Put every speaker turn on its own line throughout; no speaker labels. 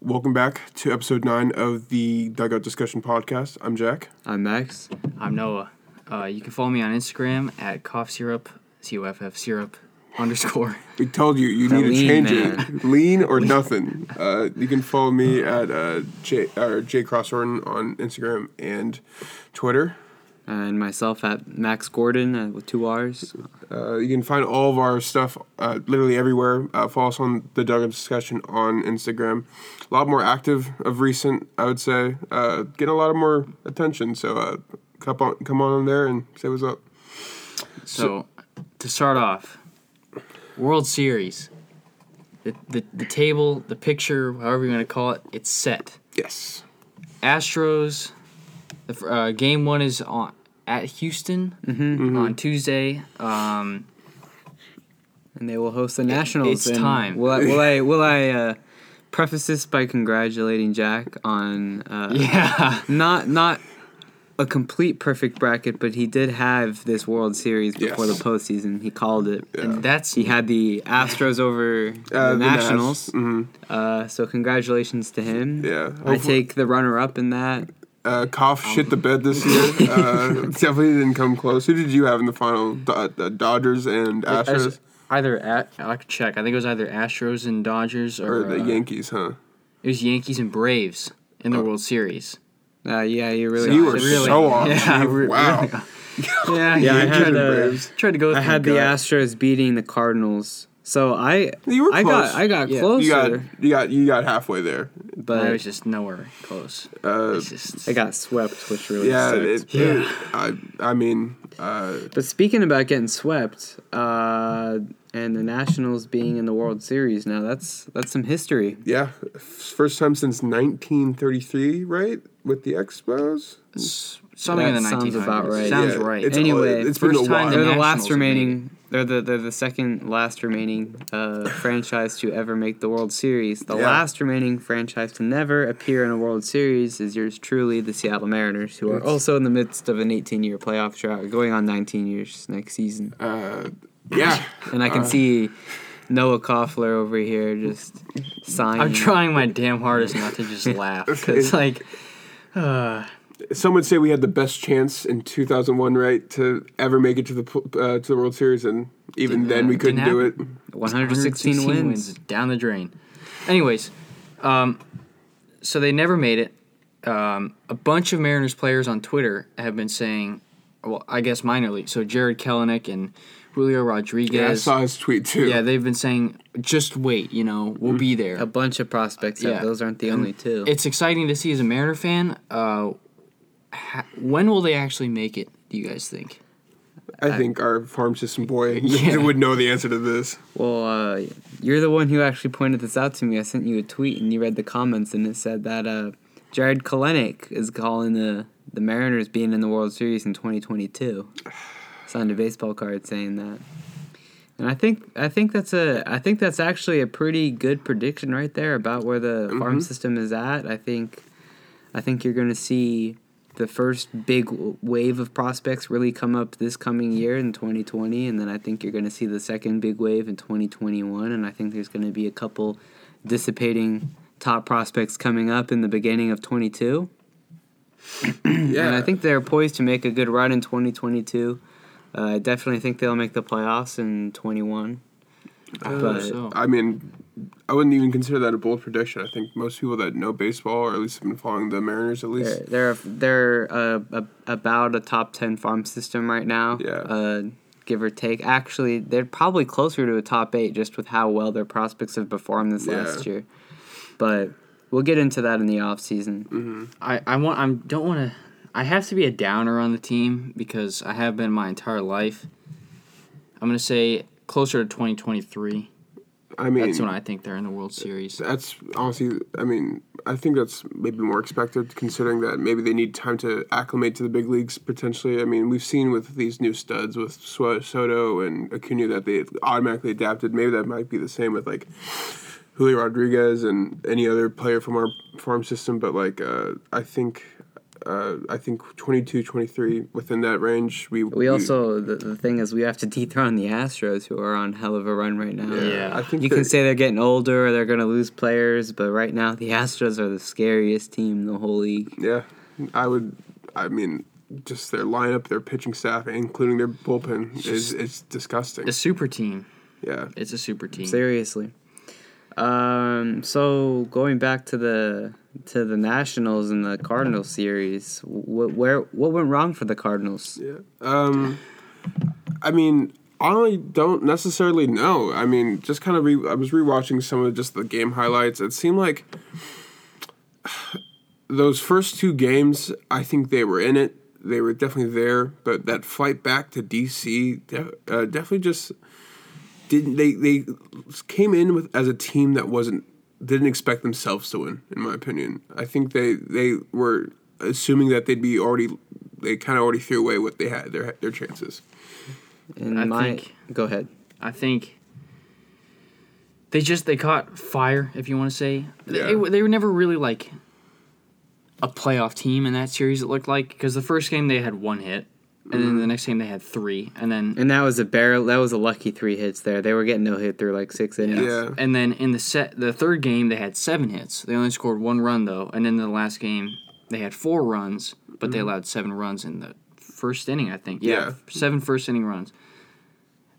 Welcome back to episode nine of the Dugout Discussion Podcast. I'm Jack.
I'm Max.
I'm Noah. Uh, you can follow me on Instagram at cough syrup, C O F F syrup underscore.
We told you you need to
lean
change
man.
it. Lean or nothing. Uh, you can follow me at uh, J or J Cross Orton on Instagram and Twitter.
And myself at Max Gordon uh, with two R's.
Uh, you can find all of our stuff uh, literally everywhere. Uh, follow us on the Dugout Discussion on Instagram. A lot more active of recent, I would say. Uh, getting a lot of more attention. So uh, come on, come on there and say what's up.
So, to start off, World Series. The, the, the table, the picture, however you want to call it, it's set.
Yes.
Astros. The f- uh, game one is on at Houston
Mm-hmm.
Mm-hmm.
on Tuesday. Um,
And they will host the Nationals.
it's
and
time.
Will I, will I, will I uh, preface this by congratulating Jack on uh,
yeah,
not not a complete perfect bracket, but he did have this World Series before
Yes.
the postseason. He called it.
and that's
He had the Astros over
Uh, the
the
Nats.
Nationals. Uh, so congratulations to him.
Yeah.
I
Hopefully-
take the runner up in that.
Uh, cough
Um,
shit the bed this year. Uh, definitely didn't come close. Who did you have in the final? Do- uh, Dodgers and Astros
either at I could check. I think it was either Astros and Dodgers
or
or,
the
uh,
Yankees, huh?
It was Yankees and Braves in
Oh.
the World Series.
Uh, yeah, you really.
You were
really-
so off.
yeah,
dude.
re-
wow.
Yeah,
Yeah,
I
Yankees
had
and
uh,
Braves.
tried to go. With
I
my
had the
gut.
Astros beating the Cardinals, so I
You were
I
close.
got I got
Yeah.
closer,
You got you got you got halfway there.
I
but
was just nowhere close.
Uh,
It's just
I got swept, which really
yeah,
sucked.
it, it- I I mean, uh,
but speaking about getting swept, uh, and the Nationals being in the World Series now, that's that's some history.
yeah, f- first time since 1933, right? With the Expos.
something in
that
the
sounds
1900s.
about right.
Sounds
Yeah,
right.
It's,
Anyway,
it's been
first
a
time
while.
the
They're the
Nationals
last
have
remaining. They're the they're the second last remaining uh, franchise to ever make the World Series. The
Yeah.
last remaining franchise to never appear in a World Series is yours truly, the Seattle Mariners, who are also in the midst of an 18-year playoff drought, going on 19 years next season.
Uh, yeah,
And I can
uh.
see Noah Koffler over here just sighing.
I'm trying my damn hardest not to just laugh because like
some would say we had the best chance in 2001, right, to ever make it to the pl- uh, to the World Series, and even
Didn't-
then we
didn't
couldn't do it.
happen.
116, wins.
down the drain. Anyways, um, so they never made it. Um, a bunch of Mariners players on Twitter have been saying, well, I guess minor league. So Jared Kelenic and Julio Rodriguez.
Yeah, I saw his tweet too. Mm-hmm.
Yeah, they've been saying, just wait, you know, we'll be there.
A bunch of prospects. Yeah.
Yeah.
those aren't the only two.
It's exciting to see as a Mariner fan. Uh, ha- when will they actually make it, do you guys think?
I think our farm system boy
Yeah.
would know the answer to this.
Well, uh, you're the one who actually pointed this out to me. I sent you a tweet, and you read the comments, and it said that uh, Jared Kalenic is calling the the Mariners being in the World Series in 2022. Signed a baseball card saying that, and I think I think that's a I think that's actually a pretty good prediction right there about where the farm system is at. I think I think you're going to see the first big w- wave of prospects really come up this coming year in 2020, and then I think you're going to see the second big wave in 2021, and I think there's going to be a couple dissipating top prospects coming up in the beginning of 22.
Mm,
Yeah,
And I think they're poised to make a good run in 2022. Uh, I definitely think they'll make the playoffs in 21.
hope
Uh,
But
so.
I mean, I wouldn't even consider that a bold prediction. I think most people that know baseball, or at least have been following the Mariners, at least.
They're they're they're uh, ab- about a top ten farm system right now.
Yeah.
Uh, give or take. Actually, they're probably closer to a top eight just with how well their prospects have performed this
Yeah.
last year. But we'll get into that in the off season.
I, I want I don't want to I have to be a downer on the team because I have been my entire life. I'm gonna say closer to 2023.
I mean,
That's when I think they're in the World Series.
that's honestly, I mean, I think that's maybe more expected considering that maybe they need time to acclimate to the big leagues potentially. I mean, we've seen with these new studs with Sw- Soto and Acuna that they automatically adapted. Maybe that might be the same with like Julio Rodriguez and any other player from our farm system, but like, uh, I think. uh, I think 22, 23, within that range. We
We also the, the thing is we have to dethrone the Astros who are on hell of a run right now.
Yeah.
I think
You can
that-
say they're getting older or they're going to lose players, but right now the Astros are the scariest team in the whole league.
Yeah, I would. I mean, just their lineup, their pitching staff, including their bullpen, is it's disgusting.
A super team.
yeah,
It's a super team.
Seriously. Um, so going back to the to the Nationals and the Cardinals series, what where what went wrong for the Cardinals?
yeah. Um, I mean, I don't necessarily know. I mean, just kind of. Re- I was rewatching some of just the game highlights. It seemed like those first two games. I think they were in it. They were definitely there, but that flight back to DC de- uh, definitely just didn't they they came in with as a team that wasn't didn't expect themselves to win in my opinion i think they they were assuming that they'd be already they kind of already threw away what they had their their chances
And
I
my
think-
go ahead.
I think they just they caught fire, if you want to say. They,
Yeah.
they were never really like a playoff team in that series. It looked like because the first game they had one hit, and then the next game they had three, and then
And that was a barrel. That was a lucky three hits there. They were getting no hit through like six innings.
Yeah.
and then in the set the third game they had seven hits. They only scored one run though, and then the last game they had four runs, but they allowed seven runs in the first inning. I think yeah,
Mm-hmm. Yeah.
seven first inning runs.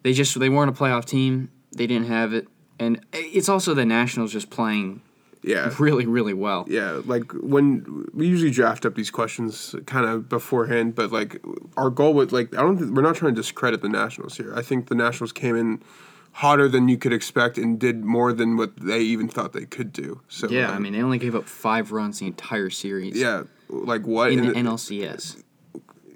They just they weren't a playoff team. They didn't have it, and it's also the Nationals just playing
yeah
really, really well.
yeah like when we usually draft up these questions kind of beforehand but like our goal was like i don't think we're not trying to discredit the nationals here i think the nationals came in hotter than you could expect and did more than what they even thought they could do so
Yeah, I
um,
mean they only gave up five runs the entire series.
yeah like what
in
And
the
it-
NLCS.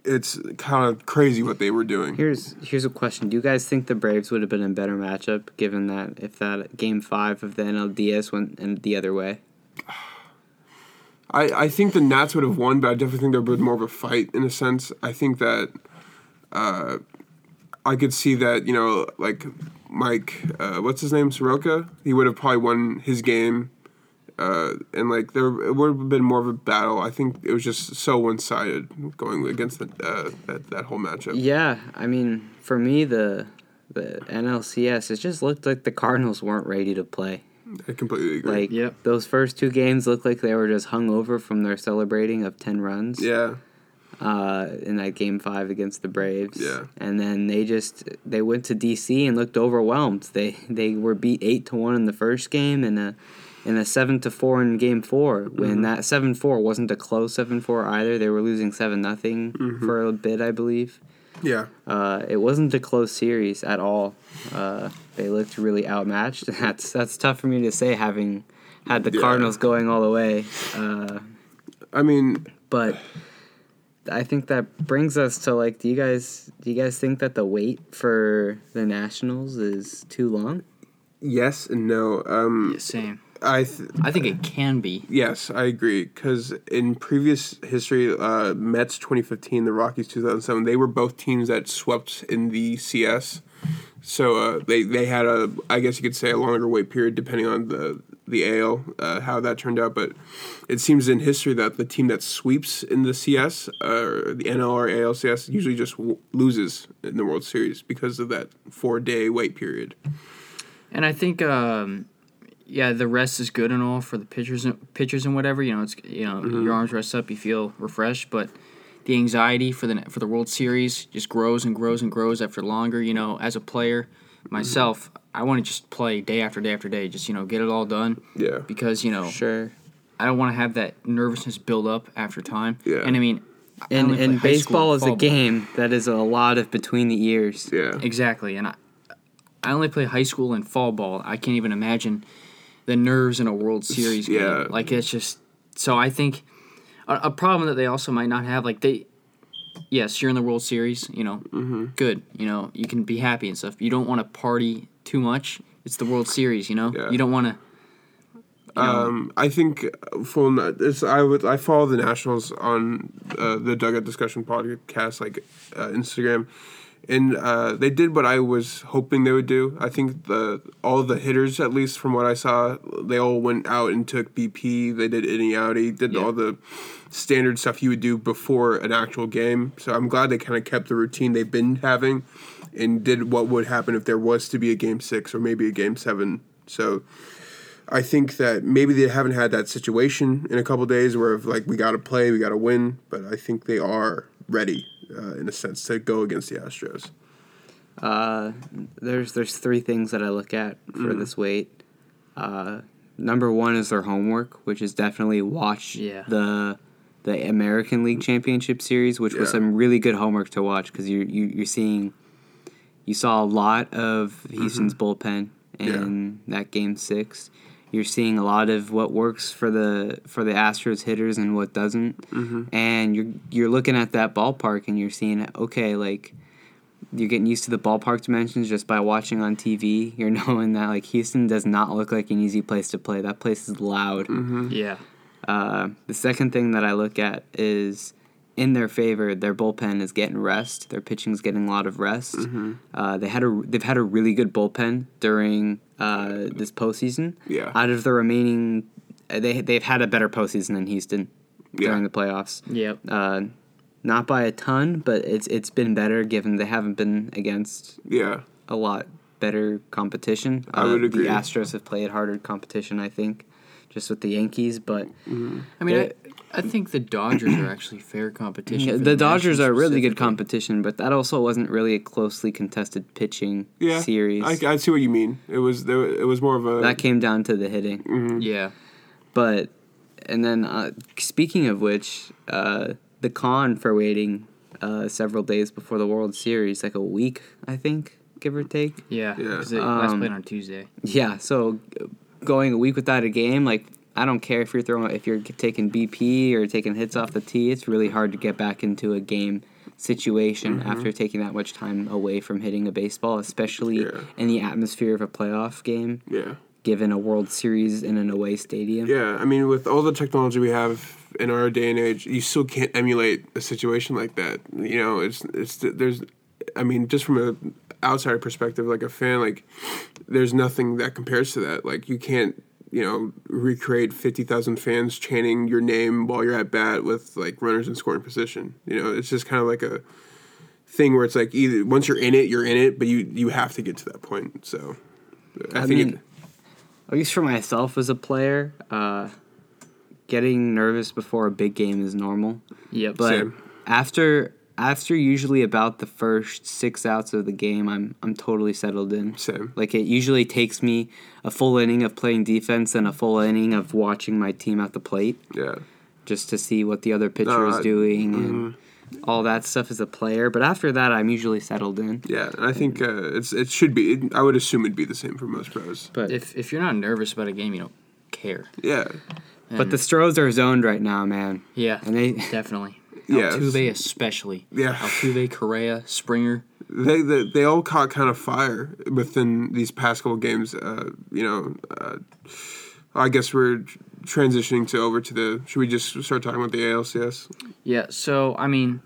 it's kind of crazy what they were doing.
Here's here's a question. Do you guys think the Braves would have been a better matchup given that if that game five of the NLDS went in the other way?
I, I think the Nats would have won, but I definitely think there would have been more of a fight in a sense. I think that uh, I could see that, you know, like Mike, uh, what's his name, Soroka? He would have probably won his game. Uh, and like there it would have been more of a battle. I think it was just so one sided going against the, uh, that that whole matchup.
Yeah, I mean, for me the the NLCS it just looked like the Cardinals weren't ready to play.
I completely agree.
Like
Yep.
those first two games looked like they were just hung over from their celebrating of ten runs.
yeah,
uh, in that game five against the Braves.
Yeah.
And then they just they went to DC and looked overwhelmed. They they were beat eight to one in the first game and a and a seven to four in game four. When that seven four wasn't a close seven four either. They were losing seven nothing for a bit, I believe.
yeah,
Uh, it wasn't a close series at all. Uh, they looked really outmatched. That's that's tough for me to say having had the
Yeah.
Cardinals going all the way. Uh,
I mean,
but I think that brings us to like, do you guys do you guys think that the wait for the Nationals is too long?
yes and no. Um,
Same.
I th-
I think it can be.
Yes, I agree. Because in previous history, uh, Mets 2015, the Rockies 2007, they were both teams that swept in the CS. So uh, they they had a I guess you could say a longer wait period depending on the the AL uh, how that turned out. But it seems in history that the team that sweeps in the CS uh, or the NL or ALCS usually just w- loses in the World Series because of that four day wait period.
And I think, um, yeah, the rest is good and all for the pitchers, and, pitchers and whatever. You know, it's you know
Mm-hmm.
your arms rest up, you feel refreshed, but the anxiety for the for the World Series just grows and grows and grows after longer. You know, as a player
Mm-hmm.
myself, I want to just play day after day after day, just you know get it all done.
Yeah.
Because you know
Sure.
I don't want to have that nervousness build up after time.
Yeah.
And I mean, I
And
only play
and
high school
baseball is
fall
a
ball.
game that is a lot of between the ears.
Yeah.
Exactly, and I, I only play high school and fall ball. I can't even imagine the nerves in a World Series game.
yeah.
Like it's just so. I think a, a problem that they also might not have, like they, yes, you're in the World Series. You know,
Mm-hmm.
good. You know, you can be happy and stuff. You don't want to party too much. It's the World Series. You know,
Yeah.
you don't want to.
Um, I think uh, full. na- It's, I would. I follow the Nationals on uh, the Dugout Discussion podcast, like uh, Instagram, and uh, they did what I was hoping they would do. I think the all the hitters, at least from what I saw, they all went out and took BP. They did inning outie, did
Yeah.
all the standard stuff you would do before an actual game. So I'm glad they kind of kept the routine they've been having, and did what would happen if there was to be a game six or maybe a game seven. So I think that maybe they haven't had that situation in a couple days where if, like we got to play, we got to win, but I think they are ready uh, in a sense to go against the Astros.
Uh, there's there's three things that I look at for this weight. Uh, number one is their homework, which is definitely watch
Yeah.
the the American League Championship Series, which was
Yeah.
some really good homework to watch because you you you're seeing you saw a lot of Houston's bullpen in that game six. You're seeing a lot of what works for the for the Astros hitters and what doesn't, and you're you're looking at that ballpark and you're seeing okay like you're getting used to the ballpark dimensions just by watching on TV. You're knowing that like Houston does not look like an easy place to play. That place is loud.
Mm-hmm.
Yeah.
Uh, the second thing that I look at is in their favor. Their bullpen is getting rest. Their pitching's getting a lot of rest.
Mm-hmm.
Uh, they had a they've had a really good bullpen during uh, this postseason.
Yeah.
Out of the remaining, uh, they they've had a better postseason than Houston
Yeah.
during the playoffs
Yep.
uh, not by a ton, but it's it's been better given they haven't been against
Yeah.
a lot better competition.
I
Uh,
would agree.
The Astros have played harder competition, I think, just with the Yankees. But
I mean, I, I think the Dodgers are actually fair competition.
Yeah,
for
the Dodgers
Nationals
are really good
specifically.
competition, but that also wasn't really a closely contested pitching
Yeah.
series.
I, I see what you mean. It was there, it was more of a
that came down to the hitting.
Mm-hmm.
Yeah.
But and then uh, speaking of which, uh, the con for waiting uh, several days before the World Series, like a week, I think, give or take.
Yeah.
Yeah.
'cause they last
Um,
played on Tuesday.
Yeah, so g- going a week without a game, like I don't care if you're throwing if you're taking BP or taking hits off the tee, it's really hard to get back into a game situation
Mm-hmm.
after taking that much time away from hitting a baseball, especially
Yeah.
in the atmosphere of a playoff game,
yeah.
given a World Series in an away stadium.
Yeah, I mean, with all the technology we have in our day and age, you still can't emulate a situation like that. You know, it's it's there's, I mean, just from a outside perspective, like a fan, like there's nothing that compares to that. Like you can't, you know, recreate fifty thousand fans chanting your name while you're at bat with like runners in scoring position. You know, it's just kind of like a thing where it's like either once you're in it, you're in it, but you you have to get to that point. So, I,
I
think.
mean, at least for myself as a player, uh, getting nervous before a big game is normal.
Yep.
But
Same.
after after usually about the first six outs of the game, I'm I'm totally settled in.
Same.
Like it usually takes me a full inning of playing defense and a full inning of watching my team at the plate
yeah.
just to see what the other pitcher
No,
is
I-
doing and
mm-hmm.
all that stuff as a player. But after that, I'm usually settled in.
Yeah, and I think uh, it's it should be. It, I would assume it'd be the same for most pros.
But
If if you're not nervous about a game, you don't care.
Yeah,
but the Stros are zoned right now, man.
Yeah.
And they
definitely.
Yeah.
Altuve especially.
Yeah.
Altuve, Correa, Springer.
they they, they all caught kind of fire within these past couple games. Uh, you know, uh, I guess we're tr- transitioning to over to the. Should we just start talking about the ALCS?
Yeah, so I mean,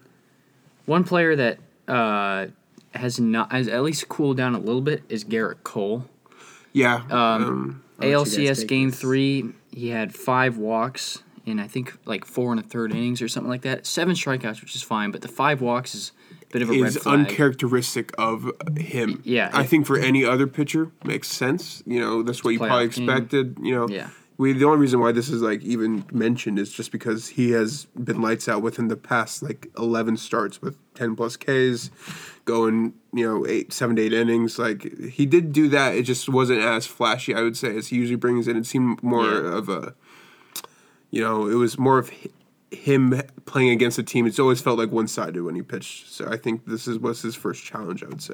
one player that uh, has not has at least cooled down a little bit is Garrett Cole.
Yeah,
Um,
I'll let Oh, you guys
ALCS
take
game
this.
three, he had five walks in I think like four and a third innings or something like that. Seven strikeouts, which is fine, but the five walks is a bit of a red
is
flag.
uncharacteristic of him.
Yeah.
I think for any other pitcher makes sense. You know, that's what you probably
playoff game.
expected. You know,
Yeah.
We the only reason why this is like even mentioned is just because he has been lights out within the past like eleven starts with ten plus Ks, going you know eight seven to eight innings. Like he did do that. It just wasn't as flashy, I would say, as he usually brings in. It seemed more
Yeah.
of a you know, it was more of hi- him playing against a team. It's always felt like one sided when he pitched. So I think this is was his first challenge. I would say.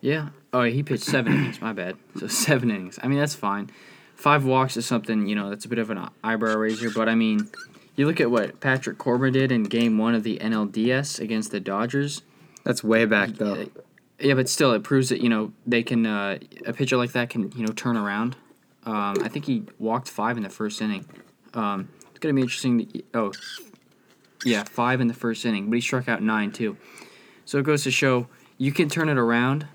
yeah. Oh, he pitched seven innings. My bad. So seven innings. I mean, that's fine. Five walks is something you know that's a bit of an eyebrow raiser, but I mean, you look at what Patrick Corbin did in Game One of the NLDS against the Dodgers.
that's way back though.
Yeah, but still, it proves that you know they can uh, a pitcher like that can you know turn around. Um, I think he walked five in the first inning. Um, it's gonna be interesting. To, oh, yeah, five in the first inning, but he struck out nine too. So it goes to show you can turn it around.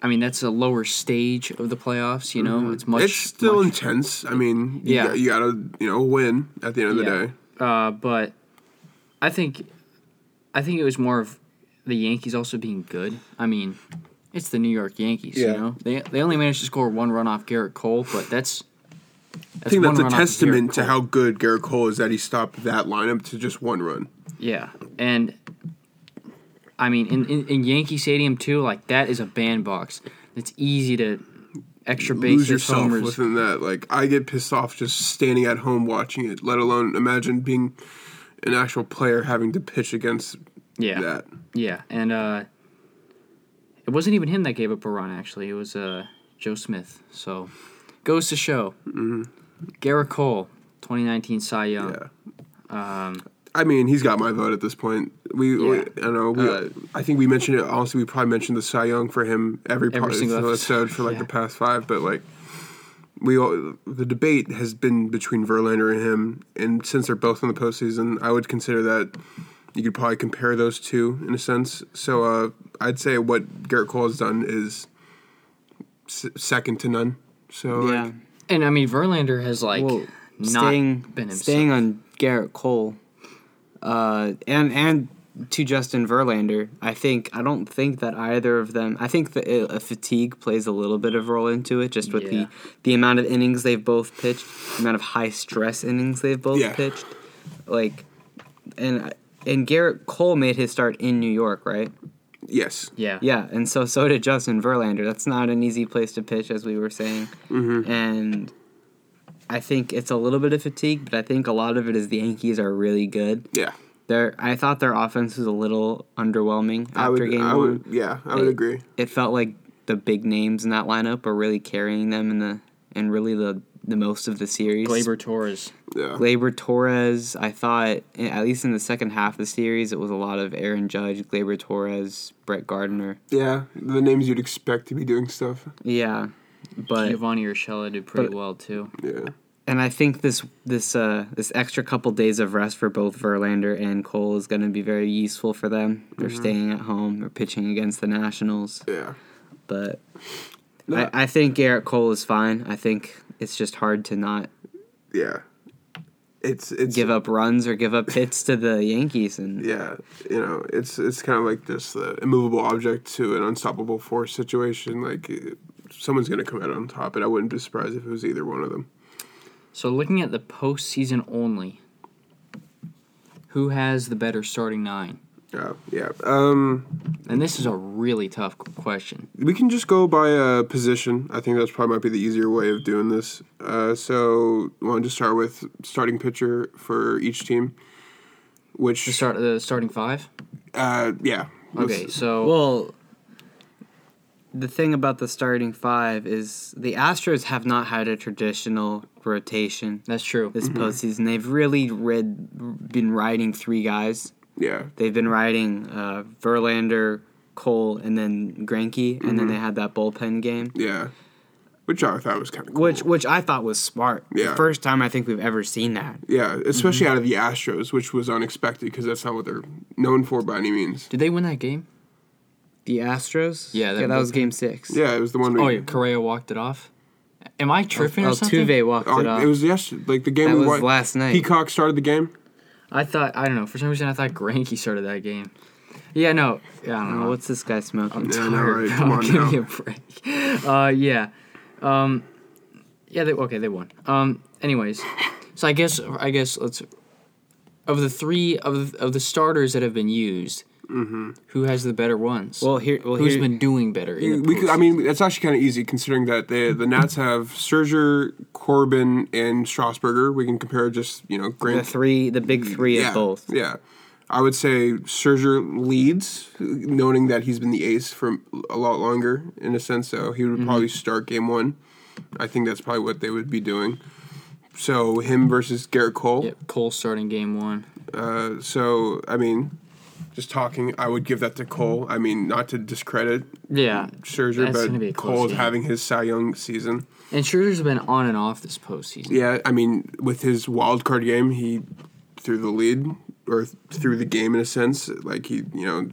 I mean, that's a lower stage of the playoffs. You know, it's much.
Mm-hmm. it's still
much-
intense. I mean, you
Yeah.
got- you gotta you know win at the end of the
Yeah.
day.
Uh, but I think I think it was more of the Yankees also being good. I mean, it's the New York Yankees.
Yeah.
You know, they they only managed to score one run off Garrett Cole, but that's.
I think
one
that's a
run off of
testament
Garrett
to
Cole.
how good Garrett Cole is that he stopped that lineup to just one run.
Yeah, and I mean, in, in, in Yankee Stadium too, like that is a bandbox. It's easy to extra
Lose
bases,
yourself
homers.
within that. Like I get pissed off just standing at home watching it. Let alone imagine being an actual player having to pitch against
yeah,
that.
yeah, and uh, it wasn't even him that gave up a run. Actually, it was uh, Joe Smith. So goes to show. Mm-hmm. Garrett Cole, 2019 Cy Young.
Yeah. I mean, he's got my vote at this point. We, we
Yeah.
I don't know. We,
Uh,
I think we mentioned it. Honestly, we probably mentioned the Cy Young for him every, part of
single
the
episode.
episode for like
Yeah.
the past five. But like, we all, the debate has been between Verlander and him, and since they're both in the postseason, I would consider that you could probably compare those two in a sense. So uh, I'd say what Garrett Cole has done is s- second to none. So like,
yeah.
And I mean, Verlander has like
Well,
not
staying
been himself.
staying on Garrett Cole, uh, and and to Justin Verlander. I think I don't think that either of them. I think that uh fatigue plays a little bit of a role into it, just with
Yeah.
the the amount of innings they've both pitched, the amount of high stress innings they've both
Yeah.
pitched, like, and and Garrett Cole made his start in New York, right?
yes,
yeah,
Yeah, and so so did Justin Verlander. That's not an easy place to pitch, as we were saying.
Mm-hmm.
And I think it's a little bit of fatigue, but I think a lot of it is the Yankees are really good.
yeah,
Their I thought their offense was a little underwhelming after
I would,
game
I
one.
would, yeah, I would agree.
It felt like the big names in that lineup were really carrying them in the and really the the most of the series.
Gleyber Torres.
Yeah,
Glaber Torres, I thought, eh, at least in the second half of the series, it was a lot of Aaron Judge, Glaber Torres, Brett Gardner.
yeah, the names you'd expect to be doing stuff.
Yeah, but
Giovanni Urshela did pretty
but-
well too.
Yeah.
and I think this this uh, this extra couple days of rest for both Verlander and Cole is going to be very useful for them.
Mm-hmm.
They're staying at home. They're pitching against the Nationals,
Yeah.
but
No,
I, I think Garrett Cole is fine. I think it's just hard to not
yeah. It's it's
give up runs or give up hits to the Yankees, and
yeah, you know, it's it's kind of like just the immovable object to an unstoppable force situation. Like eh, someone's gonna come out on top, and I wouldn't be surprised if it was either one of them.
So looking at the postseason only, who has the better starting nine?
Yeah, yeah. Um,
And this is a really tough qu- question.
we can just go by uh, position. I think that's probably might be the easier way of doing this. Uh, so, want to start with starting pitcher for each team,
The
which
start the starting five.
uh, yeah, let's-
Okay, so
well. The thing about the starting five is the Astros have not had a traditional rotation
that's true.
this
Mm-hmm.
postseason. They've really rid, been riding three guys.
yeah,
They've been riding uh, Verlander, Cole, and then Granke, and
Mm-hmm.
then they had that bullpen game,
yeah, which I thought was kind of cool.
which which I thought was smart.
Yeah.
The first time I think we've ever seen that.
Yeah, especially
Mm-hmm.
out of the Astros, which was unexpected because that's not what they're known for by any means.
Did they win that game?
The Astros.
Yeah, that
that, was
bullpen.
Game Six.
Yeah, it was the one.
Oh
we-
yeah, Correa walked it off. Am I tripping or something?
Altuve walked
Oh,
it off.
it was yesterday, like the game
That
we
was
watched
last night.
Peacock started the game.
I thought I don't know. For some reason, I thought Granky started that game. Yeah, no. Yeah, I don't
Oh,
know.
what's this guy smoking?
Yeah, I know,
tired.
right? Come
bro.
on
Give
now.
me a break. Uh, yeah, um, yeah. They, okay, they won. Um, anyways, so I guess I guess let's of the three of of the starters that have been used, who has the better ones?
Well, here. Well,
who's
here-
been doing better? In the
We could, I
postseason?
mean, that's actually kind of easy considering that the the Nats have Serger, Corbin, and Strasburger. We can compare just you know
the
Grant.
three, the big three
yeah,
of both.
Yeah, I would say Serger leads, noting that he's been the ace for a lot longer in a sense. So he would
Mm-hmm.
probably start game one. I think that's probably what they would be doing. So him versus Garrett Cole.
Yep, Cole starting game one.
Uh, so I mean, just talking, I would give that to Cole. I mean, not to discredit
Yeah,
Scherzer,
That's gonna be a
but
close
Cole's
game.
having his Cy Young season.
and Scherzer's been on and off this postseason.
Yeah, I mean, with his wild card game, he threw the lead or th- threw the game in a sense. Like he, you know,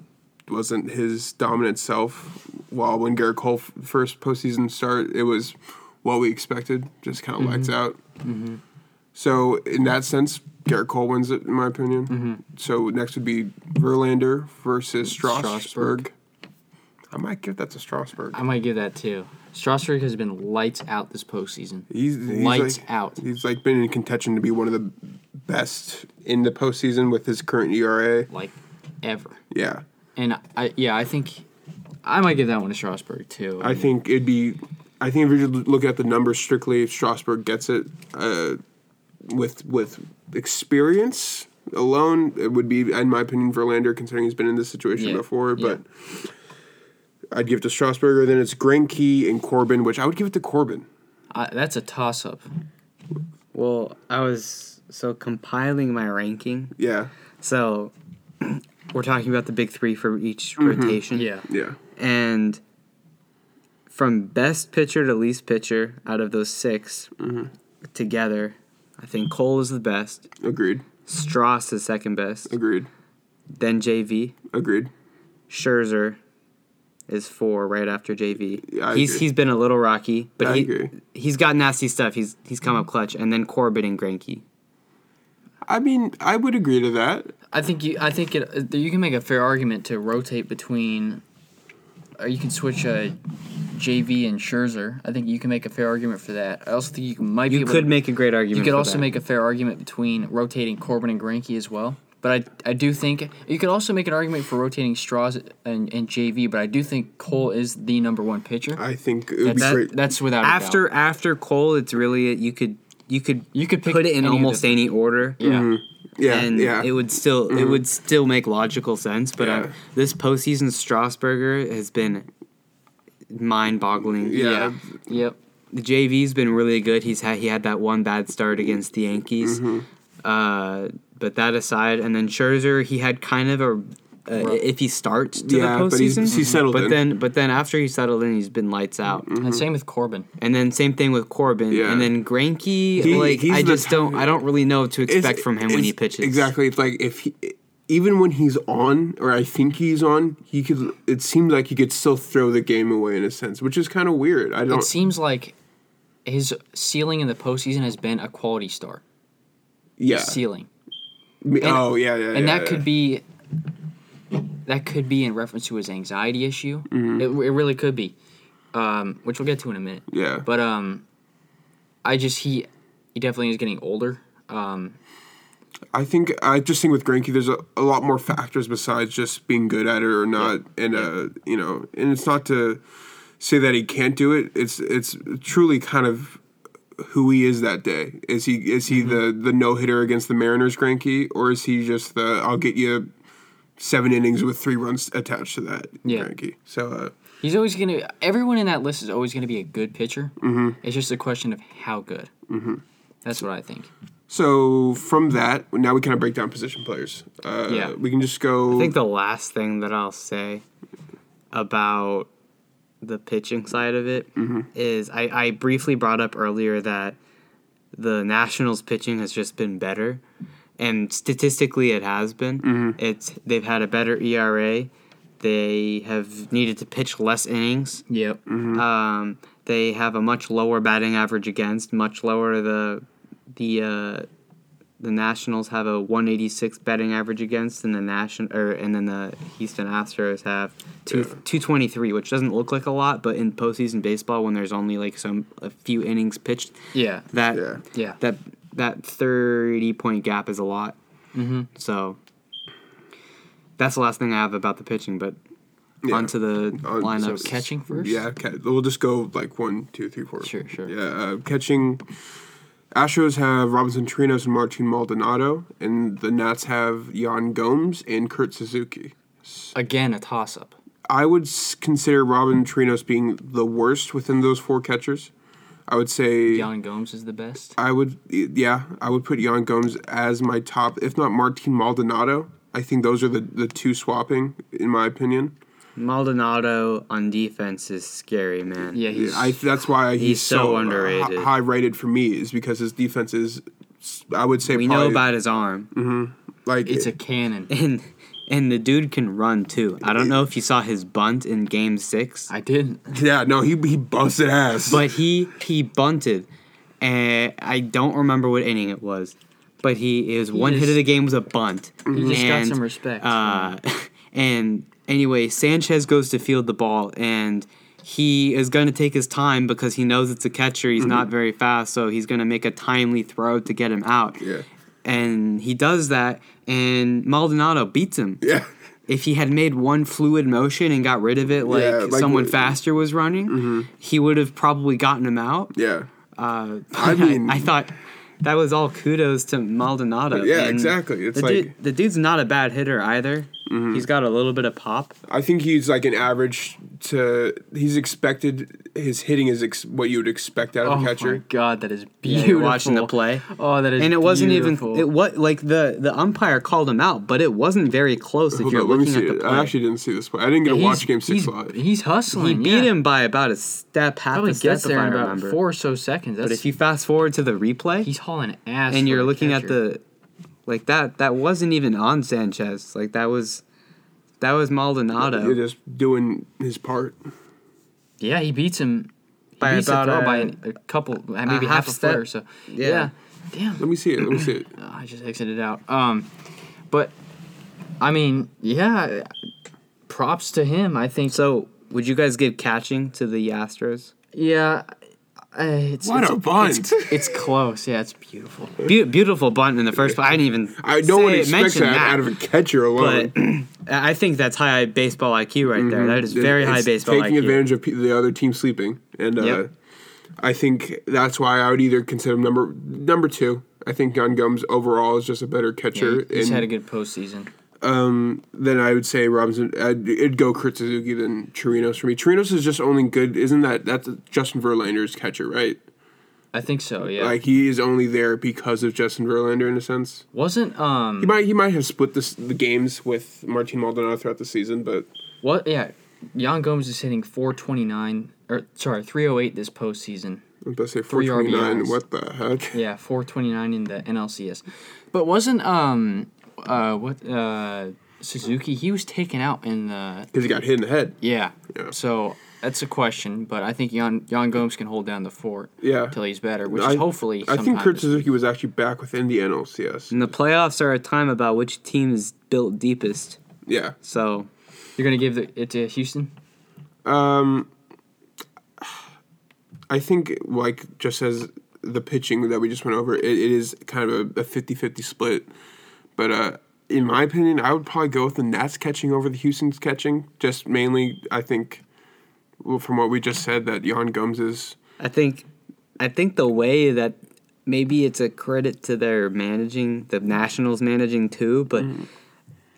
wasn't his dominant self. While when Garrett Cole f- first postseason start, it was what we expected, just kind of lights out. So in that sense, Garrett Cole wins it in my opinion. So next would be Verlander versus Strasburg.
Strasburg.
I might give that to Strasburg.
I might give that too. Strasburg has been lights out this postseason.
He's, he's
lights
like-
out.
He's like been in contention to be one of the best in the postseason with his current ERA.
Like ever.
Yeah,
And I yeah, I think I might give that one to Strasburg too.
I think it'd be. I think if you look at the numbers strictly, if Strasburg gets it uh, with with experience alone, it would be, in my opinion, Verlander, considering he's been in this situation
Yeah,
before.
yeah.
But I'd give it to Strasburger. Then it's Greinke and Corbin, which I would give it to Corbin.
I, that's a toss up.
Well, I was so compiling my ranking.
Yeah,
So we're talking about the big three for each
Mm-hmm.
rotation.
Yeah.
yeah,
And from best pitcher to least pitcher out of those 6
Mm-hmm.
together, I think Cole is the best.
agreed,
Strauss is second best.
agreed,
Then JV.
agreed.
Scherzer is four right after JV.
Yeah, I
he's
agree.
he's been a little rocky, but
I
he
agree.
he's got nasty stuff. He's he's come up clutch, and then Corbin and Granke.
I mean, I would agree to that.
I think you. I think it. uh, You can make a fair argument to rotate between. Or you can switch uh, JV and Scherzer. I think you can make a fair argument for that. I also think you might be.
You
able
could
to,
make a great argument.
You could
for
also
that.
make a fair argument between rotating Corbin and Granke as well. But I, I do think you could also make an argument for rotating Straws and, and JV. But I do think Cole is the number one pitcher.
I think it would be
That-
great.
that's without a doubt.
after after Cole. It's really you could you could
You could pick
put it in
any of the
almost
three.
any order.
yeah.
Mm-hmm. yeah,
And
yeah. Mm-hmm.
it would still it would still make logical sense, but uh,
Yeah.
this postseason Strasburger has been mind-boggling.
yeah,
Yep.
the JV's been really good. He's had he had that one bad start against the Yankees.
Mm-hmm.
Uh, but that aside, and then Scherzer, he had kind of a uh, if he starts to
Yeah,
the
but he's-
postseason,
he settled
But
in. Mm-hmm.
then, but then after he settled in, he's been lights out.
And same with Corbin.
And then same thing with Corbin.
Yeah.
And then Granky,
He-
like
he's
I
the
just don't, I don't really know what to
It's-
expect from him
it's-
when he pitches.
Exactly. It's like if he, even when he's on, or I think he's on, he could. It seems like he could still throw the game away in a sense, which is kind of weird. I don't.
It seems like his ceiling in the postseason has been a quality start.
yeah.
Ceiling.
Me- oh yeah, yeah.
and that could be that could be in reference to his anxiety issue.
Mm-hmm.
It, it really could be, um, which we'll get to in a minute.
Yeah.
But um, I just he he definitely is getting older. Um,
I think I just think with Granky, there's a, a lot more factors besides just being good at it or not, and uh, you know, and it's not to say that he can't do it. It's it's truly kind of who he is that day. Is he is he the the no hitter against the Mariners, Granky, or is he just the I'll get you seven innings with three runs attached to that,
Yeah.
Greinke? So uh,
he's always gonna. Everyone in that list is always gonna be a good pitcher. It's just a question of how good. Mm-hmm. That's what I think.
so from that, now we kind of break down position players. Uh,
Yeah.
we can just go.
I think the last thing that I'll say about the pitching side of it is I, I briefly brought up earlier that the Nationals pitching has just been better. And statistically it has been. It's they've had a better ERA. They have needed to pitch less innings.
Yep.
Um, they have a much lower batting average against, much lower the the uh, the Nationals have a 186 batting average against, and the nation or and then the Houston Astros have two 223, which doesn't look like a lot, but in postseason baseball, when there's only like some a few innings pitched,
Yeah.
that
Yeah.
Yeah.
that that 30 point gap is a lot. Mm-hmm. So that's the last thing I have about the pitching, but.
Yeah. Uh,
Onto the
On-
lineups.
so catching first.
Yeah, ca- we'll just go like one, two, three, four.
Sure, sure.
Yeah, uh, catching. Astros have Robinson Trinos and Martin Maldonado, and the Nats have Jan Gomes and Kurt Suzuki.
Again, a toss up.
I would s- consider Robin Trinos being the worst within those four catchers. I would say.
Jan Gomes is the best.
I would, yeah, I would put Jan Gomes as my top, if not Martin Maldonado. I think those are the, the two swapping, in my opinion.
Maldonado on defense is scary, man.
Yeah. He's,
I, that's why he's,
He's so
so, uh,
underrated.
hi- high rated for me is because his defense is, I would say,
We know
probably,
about his arm.
like
it's a cannon.
And And the dude can run too. I don't know if you saw his bunt in game six,
I didn't.
Yeah, no, he he busted ass.
but he he bunted, and I don't remember what inning it was, but he is one hit
just-
of the game was a bunt.
He just got
And,
some respect.
Uh, and anyway, Sanchez goes to field the ball, and he is going to take his time because he knows it's a catcher. He's
Mm-hmm.
not very fast, so he's going to make a timely throw to get him out.
Yeah.
And he does that, and Maldonado beats him.
yeah,
If he had made one fluid motion and got rid of it like,
Yeah, like mm-hmm.
someone
we-
faster was running, he would have probably gotten him out.
yeah,
Uh,
I mean-
I, thought that was all kudos to Maldonado.
Yeah,
and
exactly. It's
the
like- Mm-hmm.
dude, the dude's not a bad hitter either. He's got a little bit of pop.
I think he's like an average to. He's expected. His hitting is ex, what you would expect out of
oh
a
my
catcher.
god, that is
you're
beautiful.
watching the play.
Oh, that is.
And it wasn't
beautiful.
even it what like the the umpire called him out, but it wasn't very close. If
Hold
you're
on, let me
looking
see.
at the
It.
play,
I actually didn't see this play. I didn't get to watch
He's-
game six
he's,
live.
He's
he
hustling.
beat
yeah.
him by about a step, half
Probably
a step.
gets there
if
in
I
about
remember.
four or so seconds. That's,
But if you fast forward to the replay,
he's hauling
and
ass, for
you're
a
looking at
catcher.
the like that that wasn't even on Sanchez. Like that was that was Maldonado.
You're just doing his part.
yeah, he beats him he
By
beats the
about
throw
a-
by an- a, couple, uh, maybe
half
half, a
step.
foot or so.
Yeah.
damn.
Let me see it. Let me see it.
Oh, I just exited out. Um, but I mean, yeah, props to him. I think
So, would you guys give catching to the Astros?
Yeah, uh, it's
What
it's,
a bunt!
it's close. Yeah, it's beautiful.
Be- beautiful bunt in the first, but I didn't even.
I no one
say-
expects
mention
that, out of a catcher alone.
But I think that's high baseball IQ right there. That is
It-
very high
Mm-hmm. it's
baseball
Taking
IQ.
advantage of pe- the other team sleeping, and uh,
Yep.
I think that's why I would either consider him number number two. I think Gun Gums overall is just a better catcher,
He's
and
had a good postseason.
um, then I would say Robinson. I'd, it'd go Kurt Suzuki than Chirinos for me. Chirinos is just only good, isn't that that's Justin Verlander's catcher, right?
I think so. Yeah,
Like he is only there because of Justin Verlander in a sense.
wasn't um
He might he might have split this, the games with Martin Maldonado throughout the season, but
what? Yeah, Jan Gomes is hitting 429 or sorry 308 this postseason.
let's say four
Three
twenty nine.
RBIs.
What the heck?
Yeah, 429 in the NLCS. But wasn't um uh what uh Suzuki? He was taken out in the
Because he got hit in the head.
yeah.
Yeah.
So. That's a question, but I think Jan, Jan Gomes can hold down the fort
Yeah.
till he's better, which
I-
is hopefully.
I think
sometime
Kurt
this-
Suzuki was actually back within the NLCS.
and the playoffs are a time about which team is built deepest.
Yeah.
So,
You're gonna give the, it to Houston.
Um, I think, like, just as the pitching that we just went over, it, it is kind of a, a 50-50 split. But uh, in my opinion, I would probably go with the Nats catching over the Houston's catching. Just mainly, I think, well, from what we just said, that Jan Gomes is
I think, I think the way that maybe it's a credit to their managing, the Nationals managing too, but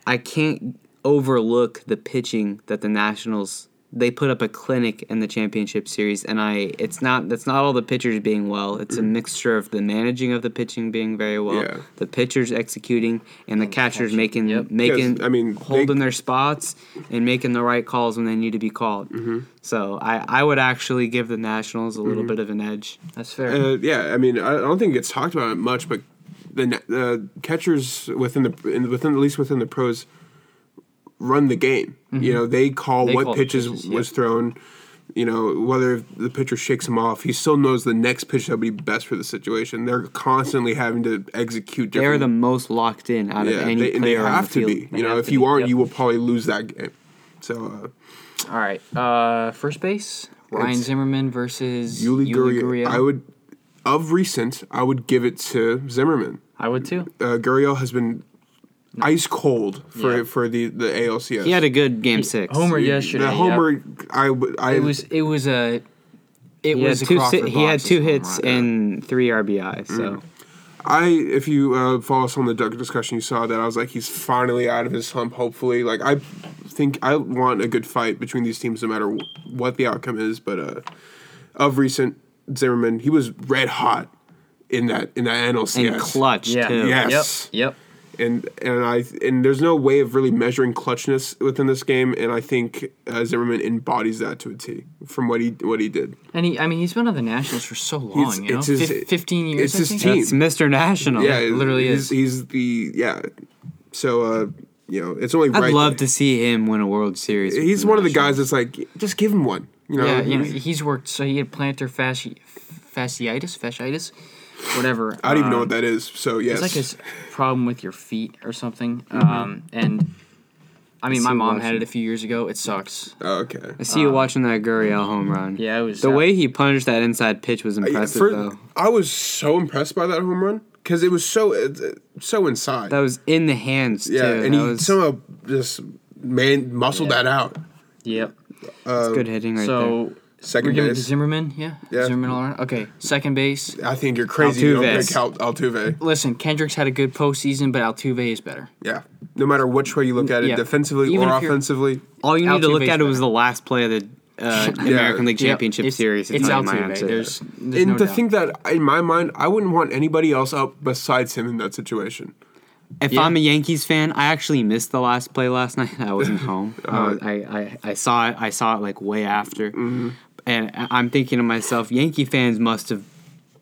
I can't overlook the pitching that the Nationals they put up a clinic in the championship series, and I it's not that's not all the pitchers being well. It's a mixture of the managing of the pitching being very well,
Yeah.
the pitchers executing, and the catchers
catching.
making
Yep.
making
Yes, I mean, they-
holding their spots and making the right calls when they need to be called.
Mm-hmm.
So I, I would actually give the Nationals a little bit of an edge.
That's fair.
Uh, yeah, I mean, I don't think it gets talked about it much, but the na- the catchers within the in, within at least within the pros run the game.
Mm-hmm.
You know, they call
They
what
call the
pitches,
pitches,
was thrown. You know, whether the pitcher shakes him off, he still knows the next pitch that'll be best for the situation. They're constantly having to execute.
They are
Different,
the most locked in out
yeah,
of any
they, and they
player on
have
the
to
field.
be.
They
you know,
have
if
to
you
be.
aren't,
Yep.
you will probably lose that game. So
All right. Uh, first base, Ryan
It's-
Zimmerman versus
uh, Yuli
Yuli
Gurriel,
Gurriel.
I would, of recent, I would give it to Zimmerman.
I would too.
uh, Gurriel has been ice cold for
Yeah.
for the the ALCS.
He had a good game six.
Homer
The
yesterday. yeah.
homer, I would- I
It was. It was a. It
He had
was a
two,
Crawford
si- he had
Boxes
two
home
hits
run.
and three RBI. So
Mm. I if you uh, follow us on the Duck discussion, you saw that I was like he's finally out of his slump. Hopefully, like I think I want a good fight between these teams, no matter wh- what the outcome is. But uh, of recent, Zimmerman he was red hot in that in that
and
NLCS
clutch
Yeah.
too.
Yeah.
Yep.
Yes.
Yep.
and and I and there's no way of really measuring clutchness within this game, and I think uh, Zimmerman embodies that to a T from what he what he did.
And he. I mean, he's been on the Nationals for so long. you know,
it's his-
Fif- fifteen years.
it's
I
his
think?
team.
Oh, It's Mr. National.
Yeah,
it literally
he's,
is.
He's the yeah. So uh, you know, it's only
I'd
right.
love
that-
to see him win a World Series. with
He's one of the
national-
guys that's like, just give him one. You know,
yeah, you know, he's worked. So he had plantar fasci- fasciitis, fasciitis, whatever.
I don't
Uh,
even know
um,
what that is. Mm-hmm. So yes,
It's like his problem with your feet or something. Um, and I mean, my
see
mom
why
had
she-
it a few years ago. It sucks.
oh, okay.
I see you watching that Gurriel home run.
Yeah, it was
The
uh,
way he punished that inside pitch was
Uh, Yeah,
impressive,
for-
though.
I was so impressed by that home run because it was so it- it- so inside.
That was in the hands
yeah,
too.
and
that
he
was
somehow just man muscled that out.
Yep.
that's good hitting right there.
so
Second
we're giving it to
base.
Zimmerman. Yeah.
Yeah.
Zimmerman all around. Okay. Second base.
I think you're crazy. if You don't
Altuve.
pick Al- Altuve.
Listen, Kendrick's had a good postseason, but Altuve is better.
Yeah, no matter which way you look at it,
Yeah.
defensively
Even
or
if you're-
offensively.
All you need to
Altuve's
look at it was the last play of the uh, American League
Yep,
Championship
it's-
Series.
It's
not my
Altuve.
answer.
There's, there's
And
no
to
doubt.
think that in my mind, I wouldn't want anybody else up besides him in that situation.
If
Yeah.
I'm a Yankees fan, I actually missed the last play last night. I wasn't home. I, was- I, I I saw it. I saw it like way after,
Mm-hmm.
and I- I'm thinking to myself, Yankee fans must have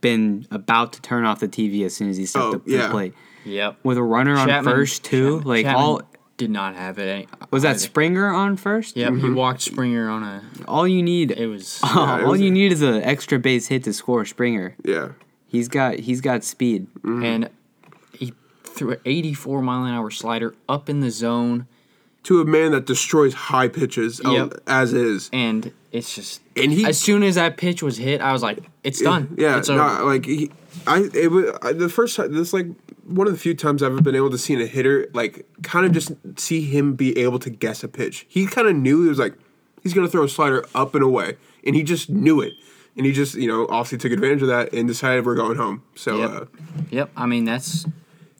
been about to turn off the TV as soon as he stepped
Oh,
up to
yeah.
the plate
Yep.
with a runner on
Chapman-
first too.
Chapman-
like
Chapman
all
did not have it. Any,
was that Mm-hmm.
either.
Springer on first.
Yep. He walked Springer on a.
All you need,
It was.
Yeah, it
Oh, all
was-
you need is an extra base hit to score Springer.
Yeah,
He's got he's got speed.
Mm-hmm.
and he threw an 84 mile an hour slider up in the zone,
to a man that destroys high pitches uh,
Yep.
as is,
and it's just.
and he
As soon as that pitch was hit, I was like, "It's done.
Yeah,
it's
no,
over."
like he, I it was I, the first time. This like one of the few times I've ever been able to see a hitter like kind of just see him be able to guess a pitch. He kind of knew it was like he's gonna throw a slider up and away, and he just knew it, and he just you know obviously took advantage of that and decided we're going home. So
Yep.
uh,
yep. I mean, that's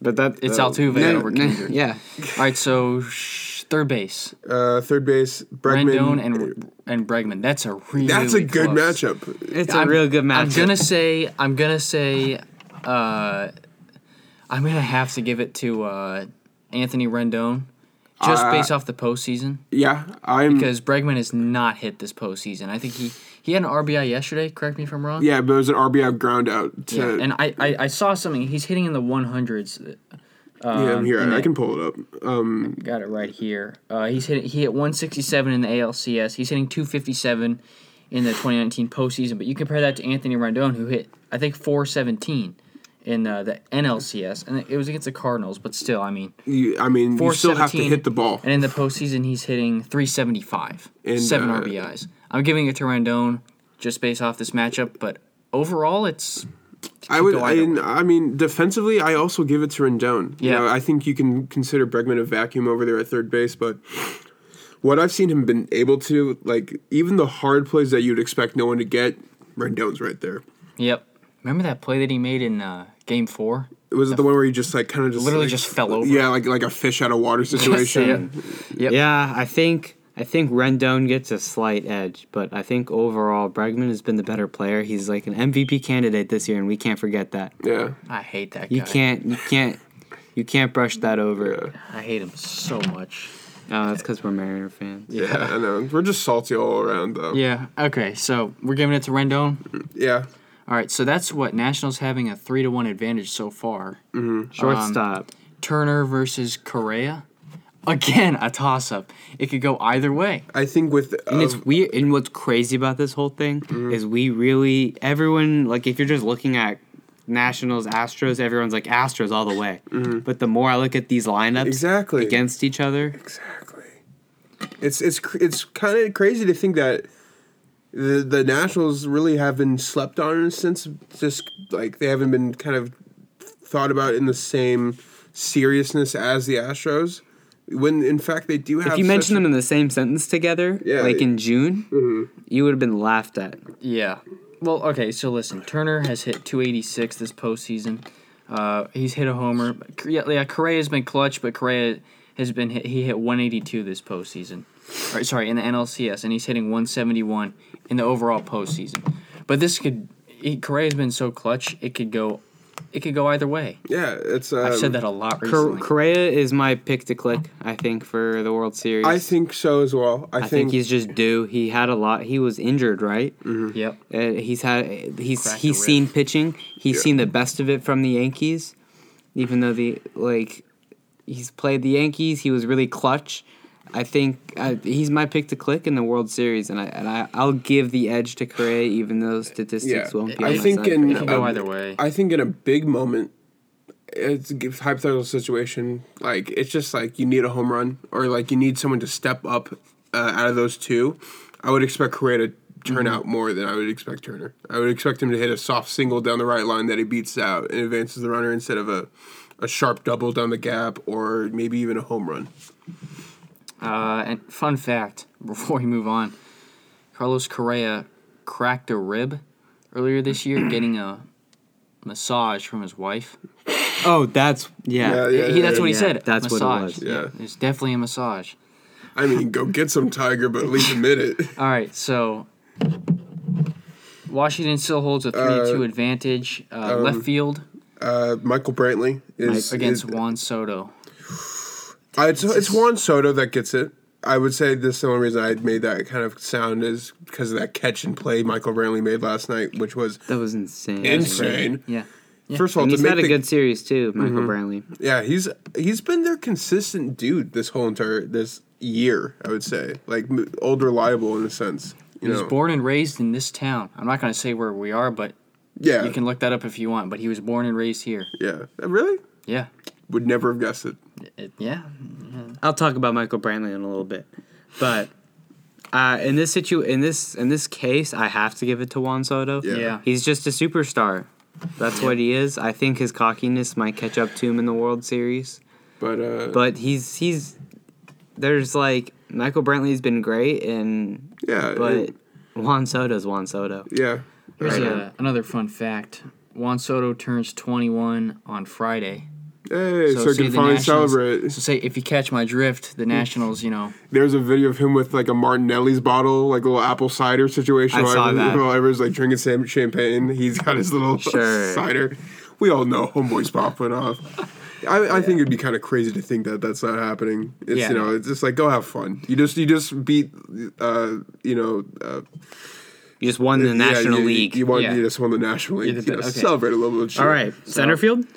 But that
it's Altuve
yeah,
over Kendrick.
yeah.
All right, so sh- third base,
uh, third base, Bregman, eh,
Rendon and and Bregman. That's a really
that's a good
close-
matchup.
It's
I'm-
a real good match.
I'm gonna say I'm gonna say uh, I'm gonna have to give it to uh, Anthony Rendon just
Uh,
based off the postseason
Yeah, I'm.
because Bregman has not hit this postseason. I think he he had an RBI yesterday. Correct me if I'm wrong.
yeah, but it was an RBI ground out. To,
Yeah, and I, I, I saw something. He's hitting in the 100s.
yeah,
um,
here
in
I,
that-
can pull it up. Um,
Got it right here. Uh, he's hit he hit 167 in the ALCS. He's hitting 257 in the 2019 postseason. But you compare that to Anthony Rendon, who hit I think 417 in uh, the NLCS, and it was against the Cardinals. But still, I mean,
you, I mean, you still have to
417,
hit the ball.
And in the postseason, he's hitting 375,
And,
seven
uh,
RBIs. I'm giving it to Rendon just based off this matchup, but overall, it's
I would.
the
I,
wide open.
I mean, defensively, I also give it to Rendon. You
Yeah.
know, I think you can consider Bregman a vacuum over there at third base, but what I've seen him been able to, like, even the hard plays that you'd expect no one to get, Rendon's right there.
yep. Remember that play that he made in uh, Game Four?
Was it the one where he just like kind of just
Literally
like-
just fell over.
Yeah, like like a fish out of water situation.
Yep.
Yeah, I think I think Rendon gets a slight edge, but I think overall Bregman has been the better player. He's like an MVP candidate this year, and we can't forget that.
yeah.
I hate that guy.
You can't you can't you can't brush that over.
I hate him so much.
Oh, that's because we're Mariner fans.
Um,
yeah, I know. We're just salty all around, though.
Yeah. Okay. So we're giving it to Rendon.
yeah.
All right. So that's what Nationals having a three to one advantage so far.
Shortstop.
Turner versus Correa. Again, a toss up. It could go either way.
I think with uh,
and
of-
it's weird. And what's crazy about this whole thing
Mm-hmm.
is we really everyone like if you're just looking at Nationals Astros, everyone's like Astros all the way. But the more I look at these lineups
Mm-hmm. Exactly.
against each other,
Exactly. It's it's cr- it's kind of crazy to think that the the Nationals really have been slept on since just like they haven't been kind of thought about in the same seriousness as the Astros. When in fact they do have.
if you
such
mentioned
a-
them in the same sentence together,
Yeah. Mm-hmm.
like in June, you would have been laughed at.
Yeah. Well, okay. So listen, Turner has hit 286 this postseason. Uh, he's hit a homer. But Cor- Yeah, yeah, Correa's been clutch, but Correa has been hit, he hit 182 this postseason. Or, sorry, in the NLCS, and he's hitting 171 in the overall postseason. But this could he, Correa's been so clutch, it could go, it could go either way.
yeah, it's. Um,
I've said that a lot
Cor-
recently.
Correa is my pick to click, I think, for the World Series.
I think so as well. I,
I think he's just due. He had a lot. He was injured, right?
Mm-hmm.
yep.
Uh, he's had he's
Cracked a
he's
rib.
seen pitching. He's
Yeah.
seen the best of it from the Yankees, even though the like he's played the Yankees. He was really clutch. I think uh, he's my pick to click in the World Series, and I and I, I'll give the edge to Correa, even though statistics won't be. on
I
my
think
side.
in
can go either way.
I think in a big moment, it's a g- hypothetical situation. Like it's just like you need a home run, or like you need someone to step up uh, out of those two. I would expect Correa to
Mm-hmm.
turn out more than I would expect Turner. I would expect him to hit a soft single down the right line that he beats out and advances the runner instead of a. A sharp double down the gap, or maybe even a home run.
Uh, and fun fact before we move on, Carlos Correa cracked a rib earlier this year getting a massage from his wife.
oh, that's yeah.
Yeah,
he, that's what he
yeah.
said.
That's what it
massage.
was.
Yeah.
it's definitely a massage.
I mean, go get some tiger, but at least admit it.
All right, so Washington still holds a three-two advantage. Uh, left field
Uh, Michael Brantley um, is
against
is-
Juan Soto.
I, it's, it's Juan Soto that gets it. I would say this is the only reason I made that kind of sound is because of that catch and play Michael Brantley made last night, which was
That was insane.
insane.
Yeah,
First of all,
And
to
he's
make
had a
the-
good series too, Michael Brantley.
yeah, he's he's been their consistent dude this whole entire this year. I would say like m- old reliable in a sense. You
he was
know,
born and raised in this town. I'm not going to say where we are, but
yeah,
you can look that up if you want. But he was born and raised here.
yeah. Uh, Really,
Yeah,
would never have guessed it.
It- yeah.
I'll talk about Michael Brantley in a little bit, but uh, in this situ in this in this case, I have to give it to Juan Soto.
Yeah.
Yeah.
he's just a superstar. That's what he is. I think his cockiness might catch up to him in the World Series,
But uh,
but he's he's there's like Michael Brantley's been great, and
yeah,
but
it-
Juan Soto's Juan Soto.
yeah.
Here's
Right.
uh, another fun fact: Juan Soto turns 21 on Friday.
Hey, so, I
say
can
the
finally
Nationals-
celebrate.
So say if you catch my drift, the Nationals, you know,
There's a video of him with like a Martinelli's bottle, like a little apple cider situation.
I
while
saw that.
While everyone's like drinking sam- champagne, he's got his little
Sure.
cider. We all know homeboy's popping off. I, I think it'd be kind of crazy to think that that's not happening. It's
Yeah.
you know, it's just like go have fun. You just you just beat, uh, you know, uh,
You just won the
yeah,
National
you- you-
League.
You, want
Yeah.
you just won the National League.
the
you know,
best. Okay.
Celebrate a little bit. Sure.
All right, center field.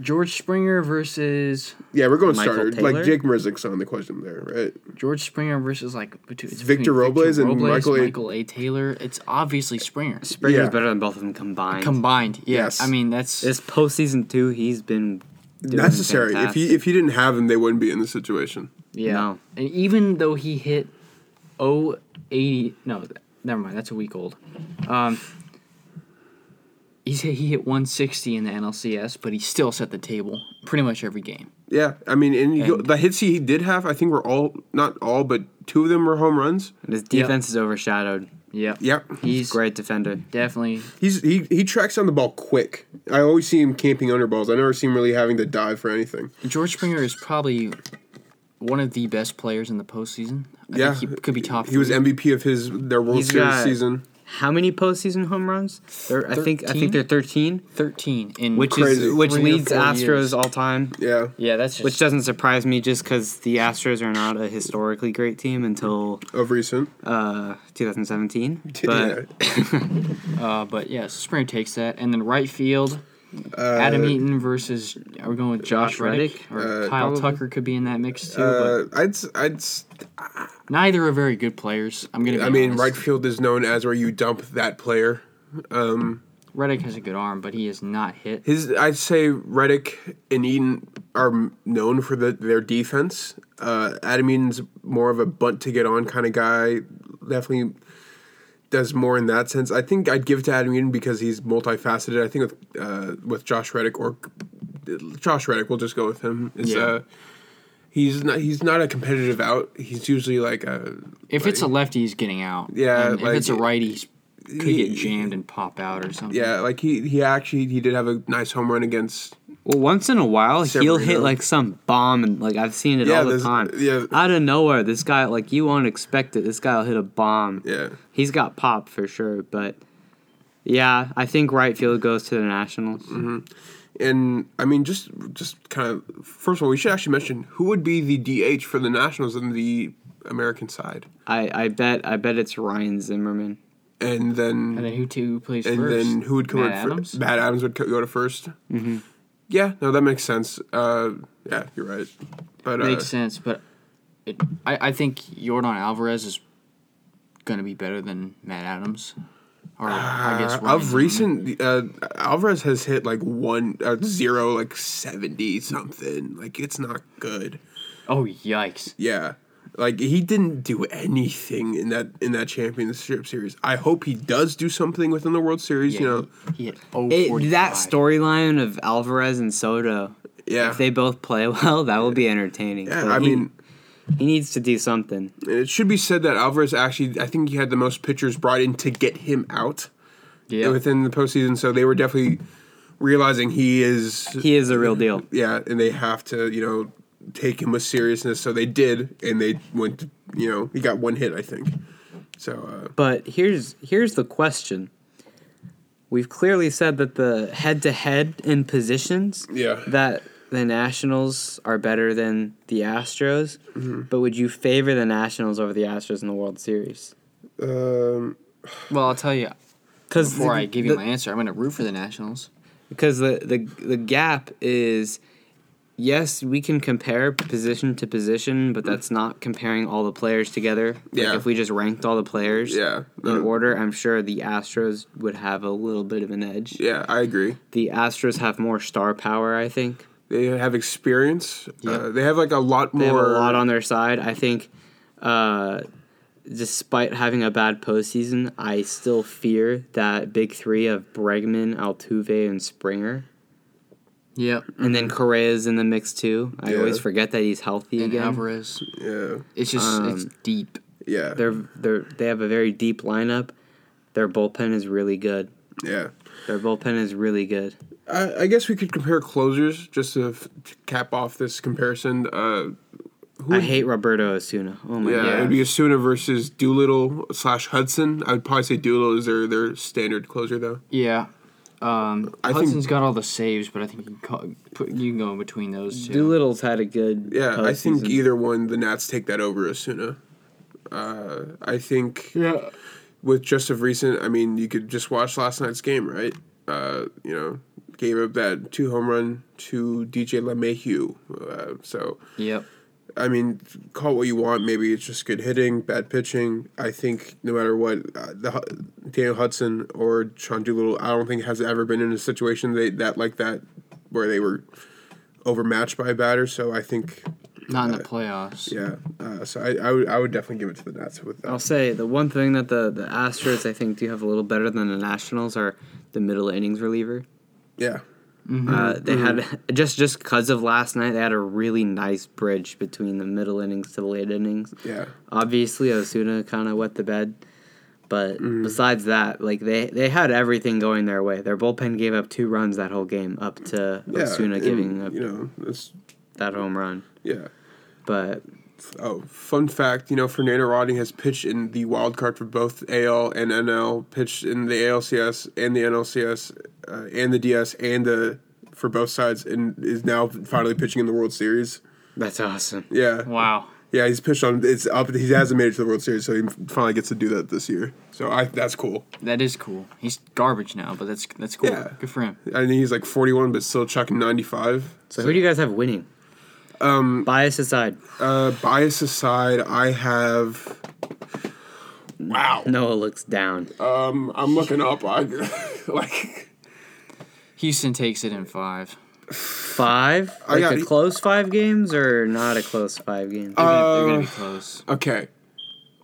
George Springer versus
Yeah, we're going
Michael
starter.
Taylor?
Like Jake Mrazek's on the question there, right?
George Springer versus like between, it's
Victor
between
Robles and Michael A-
Michael A. Taylor. It's obviously Springer
Springer's
Yeah.
better than both of them combined.
combined. Yeah,
Yes.
I mean that's
this postseason too, he's been doing
Necessary. If
fantastic.
he if he didn't have him, they wouldn't be in this situation.
yeah.
No.
And even though he hit 080 no, th- never mind. That's a week old. Um, he's hit, he hit 160 in the NLCS, but he still set the table pretty much every game.
Yeah, I mean, and, you go, the hits he did have, I think were all not all, but two of them were home runs.
And his defense is overshadowed.
Yeah,
Yep,
He's
Great defender.
definitely
he's he he tracks down the ball quick. I always see him camping under balls. I never see him really having to dive for anything.
George Springer is probably one of the best players in the postseason. I
Yeah,
think he could be top.
He was
three.
MVP of his their World
He's
Series
got-
season.
How many postseason home runs? They're, I think I
13?
think they're thirteen,
13 in
which
Crazy.
is which
Three or
leads
four
Astros
years.
all time.
Yeah,
yeah that's just
Which doesn't surprise me, just because the Astros are not a historically great team until
of recent.
uh, 2017.
Yeah.
But
uh, but yeah Springer takes that and then right field
Uh,
Adam Eaton versus are we going with Josh,
Josh
Reddick,
Reddick?
or
Uh,
Kyle
probably.
Tucker could be in that mix too
Uh, I'd s- I'd s-
but neither are very good players I'm gonna be
I mean,
honest.
right field is known as where you dump that player. Um,
Reddick has a good arm but he is not hit
His, I'd say Reddick and Eaton are m- known for the, their defense. Uh, Adam Eaton's more of a bunt to get on kind of guy. Definitely does more in that sense. I think I'd give it to Adam Eaton because he's multifaceted. I think with uh, with Josh Reddick or Josh Reddick, we'll just go with him. Is,
Yeah.
uh, he's not he's not a competitive out. He's usually like a
if it's a lefty he's getting out
Yeah,
and if
like-
it's a righty he's could
He-
get jammed and pop out or something
yeah like he he actually he did have a nice home run against
well, once in a while, he'll hit
Severino.
like some bomb, and like I've seen it
Yeah,
all the
this-
time.
yeah.
Out of nowhere, this guy like you won't expect it. This guy will hit a bomb.
yeah
He's got pop for sure, but yeah, I think right field goes to the Nationals.
And I mean, just just kind of first of all, we should actually mention who would be the DH for the Nationals on the American side,
I, I bet I bet it's Ryan Zimmerman.
and then
and
and,
then who two plays
then,
first
who would come in
Matt
fir-
Adams Mm-hmm.
Matt Adams would co- go to 1st Yeah, no, that makes sense. Uh, yeah, you're right. But uh,
Makes sense, but it, I, I think Jordan Alvarez is going to be better than Matt Adams. Or I guess
uh,
Ryan
of
Zimmerman.
recent, uh, Alvarez has hit like one uh, zero, like seventy something. Like it's not good.
Oh yikes!
Yeah, like he didn't do anything in that in that championship series. I hope he does do something within the World Series.
Yeah,
You know,
he hit 0
It, that
45.
storyline of Alvarez and Soto,
yeah,
if they both play well, that will be entertaining.
yeah.
But
I
he-
mean,
he needs to do something.
it should be said that Alvarez actually, I think he had the most pitchers brought in to get him out
Yeah.
within the postseason. So they were definitely realizing he is
He is the real deal.
yeah, and they have to, you know, take him with seriousness. So they did, and they went, to, you know, he got one hit, I think. So uh,
But here's here's the question. We've clearly said that the head to head in positions
Yeah.
that the Nationals are better than the Astros.
Mm-hmm.
But would you favor the Nationals over the Astros in the World Series?
um,
Well, I'll tell you
Because
before I give you my answer. I'm going to root for the Nationals.
because the, the the gap is yes we can compare position to position but that's not comparing all the players together like
Yeah.
if we just ranked all the players
Yeah. Mm-hmm.
in
No.
order i'm sure the astros would have a little bit of an edge
yeah, I agree.
the astros have more star power i think
They have experience. Uh, they have like a lot more.
they have a lot on their side i think uh, despite having a bad postseason i still fear that big three of bregman altuve and springer
Yep.
And then Correa's in the mix too. I
Mm-hmm. Yeah.
always forget that he's healthy
And
Mm-hmm.
again.
Alvarez.
yeah,
It's just
Um,
it's deep.
yeah,
They're they're they have a very deep lineup. Their bullpen is really good.
yeah.
Their bullpen is really good.
I, I guess we could compare closers just to, f- to cap off this comparison. Uh, who
I
would-
hate Roberto Osuna. Oh my
Yeah,
god.
it'd be Asuna versus Doolittle slash Hudson. I would probably say Doolittle is their, their standard closer though.
Yeah. Um,
I think-
Hudson's got all the saves, but I think you can, call, put, you can go in between those two.
Doolittle's had a good
Yeah, I think
postseason.
either one, the Nats take that over Asuna. Uh, I think
Yeah.
with just of recent, I mean, you could just watch last night's game, right? Uh, you know, gave up that two home run to DJ LeMahieu. Uh, so,
Yep.
I mean, call it what you want. Maybe it's just good hitting, bad pitching. I think no matter what, uh, the Hu- Daniel Hudson or Sean Doolittle, I don't think has ever been in a situation they that like that where they were overmatched by a batter. So I think
Not in the playoffs.
yeah, uh, so I, I would I would definitely give it to the Nats with that.
I'll say the one thing that the, the Astros I think do have a little better than the Nationals are the middle innings reliever.
yeah, Mm-hmm.
Uh, they had just just because of last night they had a really nice bridge between the middle innings to the late innings.
yeah,
Obviously, Osuna kind of wet the bed, but
Mm.
besides that, like they they had everything going their way. Their bullpen gave up two runs that whole game, up to
yeah.
Osuna
and,
giving uh, up
you know that's
that home run.
yeah.
But
Oh, fun fact! You know, Fernando Rodney has pitched in the wild card for both AL and NL. Pitched in the ALCS and the NLCS, uh, and the DS and the for both sides, and is now finally pitching in the World Series.
that's awesome.
Yeah,
Wow.
yeah, he's pitched on. It's up. He hasn't made it to the World Series, so he finally gets to do that this year. So I that's cool.
That is cool. He's garbage now, but that's that's cool.
Yeah.
Good for him.
I mean, he's like forty one, but still chucking ninety five.
So who do you guys have winning? Um, bias aside,
Uh, bias aside, I have. Wow.
Noah looks down.
Um, I'm looking up. I like.
Houston takes it in five.
Five,
I
like
got e- Uh,
a
it.
close five games or not a close five games.
They're, gonna, they're gonna be close.
Okay.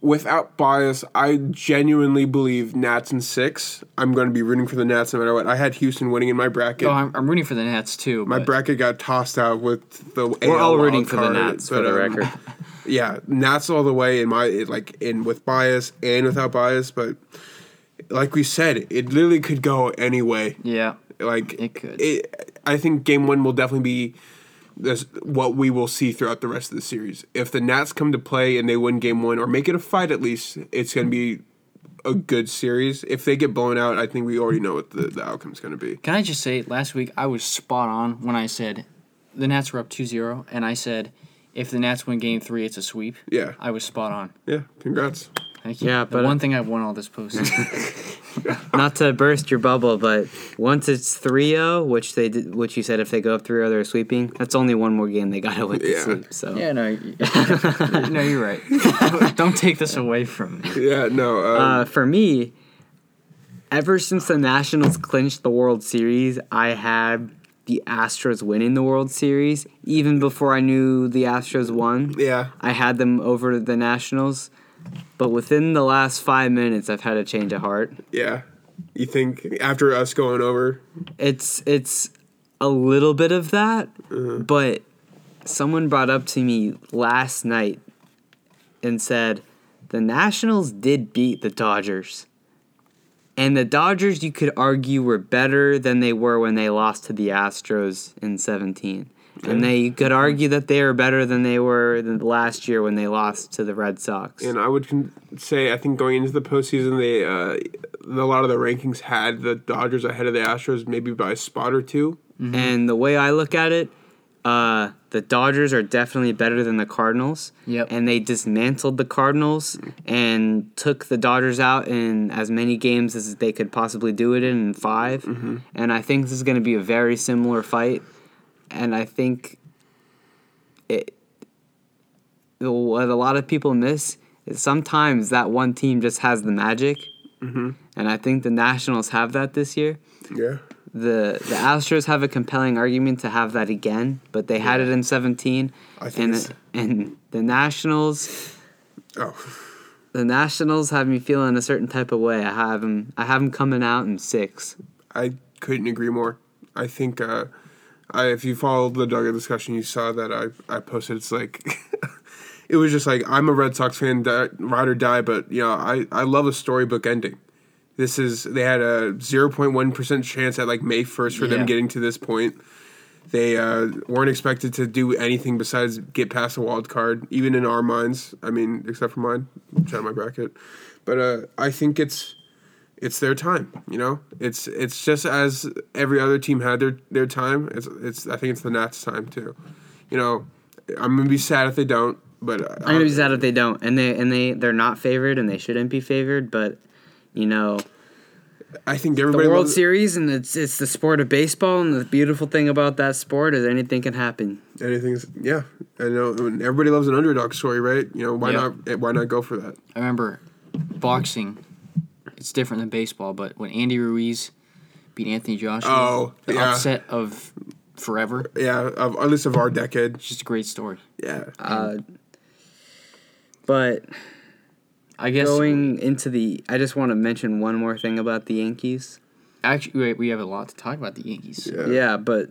Without bias, I genuinely believe Nats in six. I'm going to be rooting for the Nats no matter what. I had Houston winning in my bracket.
Oh, I'm, I'm rooting for the Nats too.
my
but
bracket got tossed out with the.
We're all rooting for the Nats for the
um,
record.
Yeah, Nats all the way in my it, like in with bias and without bias, but like we said, it literally could go any way.
Yeah.
Like
It could.
It, I think game one will definitely be this what we will see throughout the rest of the series. If the Nats come to play and they win game one or make it a fight at least, it's going to be a good series. If they get blown out, I think we already know what the, the outcome's going to be.
Can I just say, last week I was spot on when I said the Nats were up 2-0, and I said if the Nats win Game Three, it's a sweep.
Yeah,
I was spot on.
yeah. Congrats.
Thank you.
Yeah,
The
but-
one thing I've won all this postseason.
Not to burst your bubble, but once it's 3-0, which they did, which you said if they go up 3-0 they're sweeping, that's only one more game they got to win to
Yeah.
sweep. So
yeah, no, you- no, you're right. Don't take this away from me.
Yeah, no. Um,
uh, for me, ever since the Nationals clinched the World Series, I had the Astros winning the World Series. Even before I knew the Astros won,
yeah.
I had them over the Nationals. But within the last five minutes, I've had a change of heart.
Yeah. You think after us going over?
It's it's a little bit of that, but someone brought up to me last night and said the Nationals did beat the Dodgers. And the Dodgers you could argue were better than they were when they lost to the Astros in 17. And they you could argue that they were better than they were than last year when they lost to the Red Sox.
And I would con- say I think going into the postseason, they uh, a lot of the rankings had the Dodgers ahead of the Astros, maybe by a spot or two.
And the way I look at it, uh, the Dodgers are definitely better than the Cardinals.
Yep.
And they dismantled the Cardinals and took the Dodgers out in as many games as they could possibly do it in, in 5 And I think this is going to be a very similar fight. And I think it. the- What a lot of people miss is sometimes that one team just has the magic. And I think the Nationals have that this year
Yeah.
the the Astros have a compelling argument to have that again, but they had it in 17
I think
and
it's-
and the Nationals
Oh,
the Nationals have me feeling a certain type of way. I have them I have them coming out in 6.
I couldn't agree more. I think uh, I, if you followed the Duggar discussion, you saw that I I posted. It's like. It was just like I'm a Red Sox fan, die, ride or die. But you know, I, I love a storybook ending. This is they had a 0.1 percent chance at like May 1st for
Yeah.
them getting to this point. They uh, weren't expected to do anything besides get past the wild card, even in our minds. I mean, except for mine, which had my bracket. But uh, I think it's it's their time. You know, it's it's just as every other team had their their time. It's it's I think it's the Nats' time too. You know, I'm gonna be sad if they don't. But uh,
I'm going to be sad if they don't. And they and they they're not favored and they shouldn't be favored, but you know,
I think
the
everybody
World
loves-
Series and it's it's the sport of baseball and the beautiful thing about that sport is anything can happen.
Anything's yeah. I know I mean, everybody loves an underdog story, right? You know why
Yeah.
not? eh, Why not go for that?
I remember boxing. It's different than baseball, but when Andy Ruiz beat Anthony Joshua,
Oh,
the
yeah.
upset of forever.
Yeah, of, at least of our decade.
It's just a great story.
Yeah,
Uh but
I guess
Going into the, I just want to mention one more thing about the Yankees.
actually wait, we have a lot to talk about the Yankees.
yeah.
Yeah, but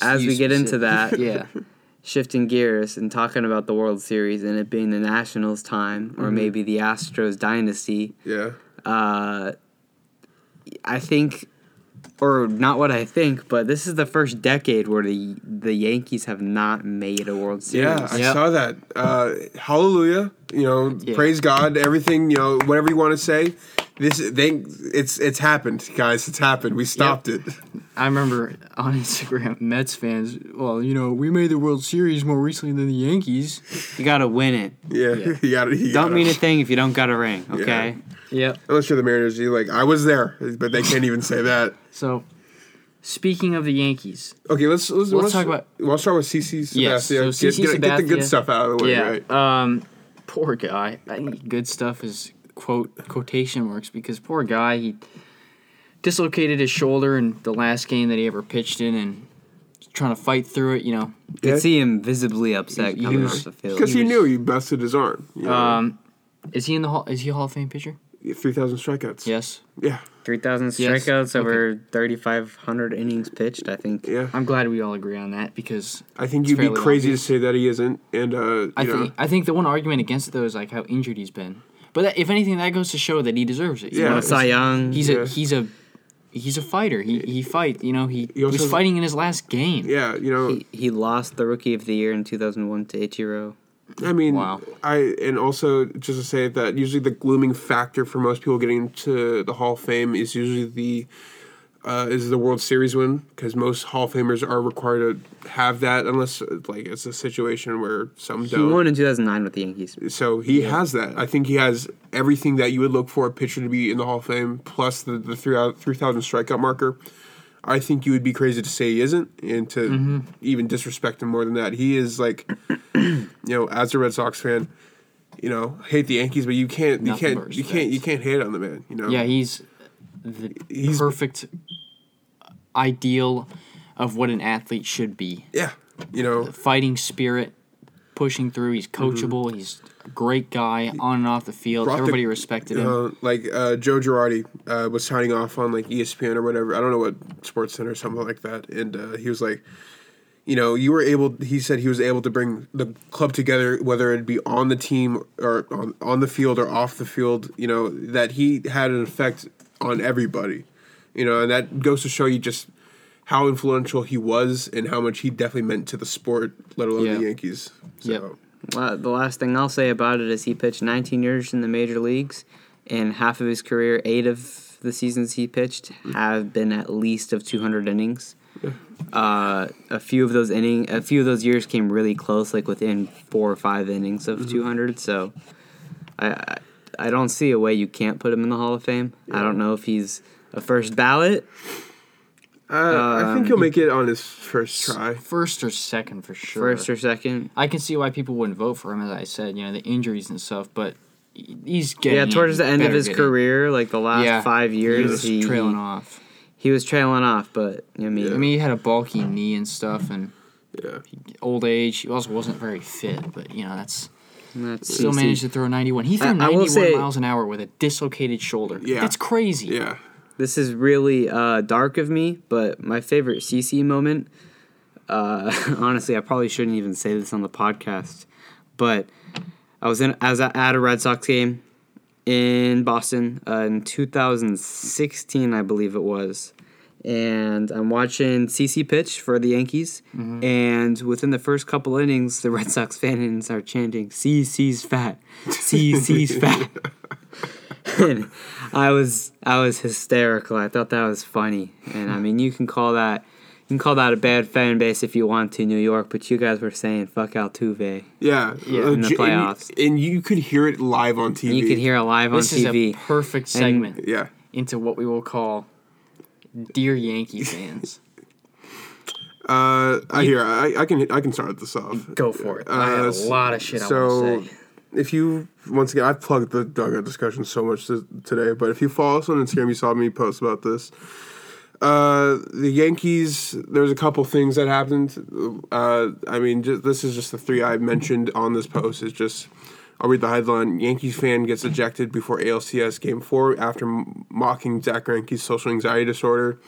as
You
we get into that,
specific- yeah,
shifting gears and talking about the World Series and it being the Nationals' time or maybe the Astros' dynasty,
yeah.
uh, I think, or not what I think, but this is the first decade where the the Yankees have not made a World Series.
Yeah, I
Yep.
saw that. Uh, hallelujah! You know,
Yeah.
praise God. Everything you know, whatever you want to say, this they it's it's happened, guys. It's happened. We stopped it.
I remember on Instagram, Mets fans. Well, you know, we made the World Series more recently than the Yankees.
You gotta win it.
Yeah,
Yeah.
you got it. You
Don't
gotta-
mean a thing if you don't got a ring. Okay.
Yep.
Unless you're the Mariners, you like I was there, but they can't even say that.
So, speaking of the Yankees,
Okay, let's let's,
Let's talk about-
We'll start with CC Sabathia.
Yes, so
get,
CC
get- get the
Sabathia.
good stuff out of the way,
yeah,
right?
um, poor guy. I think good stuff is quote quotation marks because poor guy he dislocated his shoulder in the last game that he ever pitched in and trying to fight through it. You know,
You
Yeah.
could see him visibly upset
He- he
coming
was-
off the field.
Because he,
was-
knew he busted his arm. You know,
Um, is he in the hall? Is he a Hall of Fame pitcher?
three thousand strikeouts.
Yes.
yeah,
3,000
Yes,
strikeouts over 3,500 innings pitched, I think.
yeah.
I'm glad we all agree on that because
I think
it's
you'd be
fairly
crazy
obvious.
to say that he isn't. And uh, you
I
know,
think I think the one argument against it though is like how injured he's been. But that, if anything, that goes to show that he deserves it. You
Yeah.
know,
Won a
it's-
Uh, Cy Young.
He's
Yeah.
a he's a he's a fighter. He he fight. You know he,
He also
was
has-
fighting in his last game.
yeah, you know,
he, he lost the Rookie of the Year in 2001 to Ichiro.
I mean,
Wow.
I and also just to say that usually the glooming factor for most people getting to the Hall of Fame is usually the uh, is the World Series win because most Hall of Famers are required to have that unless uh, like it's a situation where some
He
don't.
won in 2009 with the Yankees.
So he has that. I think he has everything that you would look for a pitcher to be in the Hall of Fame, plus the the three out three thousand strikeout marker. I think you would be crazy to say he isn't, and to
Mm-hmm.
even disrespect him more than that. He is like, you know, as a Red Sox fan, you know, hate the Yankees, but you can't, you
Nothing
can't,
but
you can't, you
respect.
can't hate on the man. You know,
Yeah, he's the
He's-
perfect ideal of what an athlete should be.
yeah, you know,
Fighting spirit, pushing through. He's coachable. He's a great guy on and off the field.
Mm-hmm. Brought the-
Everybody respected him.
Uh, like uh, Joe Girardi uh, was signing off on like E ESPN or whatever. I don't know what Sports Center or something like that. And uh, he was like, you know, you were able. He said he was able to bring the club together, whether it be on the team or on on the field or off the field. You know that he had an effect on everybody. You know, and that goes to show you just how influential he was and how much he definitely meant to the sport, let alone
Yeah.
the Yankees. So,
Yep.
Well, the last thing I'll say about it is he pitched 19 years in the major leagues, and half of his career, eight of the seasons he pitched, have been at least of 200 innings. Uh, a few of those inning, a few of those years came really close, like within four or five innings of 200. So, I, I I don't see a way you can't put him in the Hall of Fame. I don't know if he's a first ballot.
Uh, I think
Um,
he'll make it on his first try.
First or second for sure.
First or second?
I can see why people wouldn't vote for him, as I said, you know, the injuries and stuff, but he- he's getting.
Yeah, towards the end of
better
his
getting-
career, like the last
Yeah.
five years, he,
He's trailing off.
he was trailing off, but I mean,
I mean, he had a bulky knee and stuff, and
Yeah.
old age. He also wasn't very fit, but, you know, that's.
that's
Still
easy.
managed to throw 91. He threw
I- I will
91
say-
miles an hour with a dislocated shoulder.
Yeah.
That's crazy.
Yeah.
This is really uh, dark of me, but my favorite CC moment. Uh, honestly, I probably shouldn't even say this on the podcast, but I was in I was at a Red Sox game in Boston uh, in 2016, I believe it was. And I'm watching CC pitch for the Yankees, and within the first couple innings, the Red Sox fans are chanting "CC's fat, CC's fat." And I was I was hysterical. I thought that was funny, and I mean, you can call that you can call that a bad fan base if you want to, New York. But you guys were saying "fuck Altuve."
Yeah,
Yeah,
in the
J- and-
playoffs.
and, you could hear it live on TV.
And you could hear it live on
This is
TV.
a perfect segment
Yeah,
into what we will call Dear Yankee fans.
uh, I hear. I, I can. I can start this off.
Go for it. I had a
Uh, s-
lot of shit I
So,
want to say.
if you once again, I've plugged the dugout discussion so much th- today, but if you follow us on Instagram, you saw me post about this. Uh, the Yankees. There's a couple things that happened. Uh, I mean, ju- this is just the three I mentioned on this post. Is just. I'll read the headline. Yankees fan gets ejected before ALCS Game 4 after m- mocking Zach Greinke's social anxiety disorder.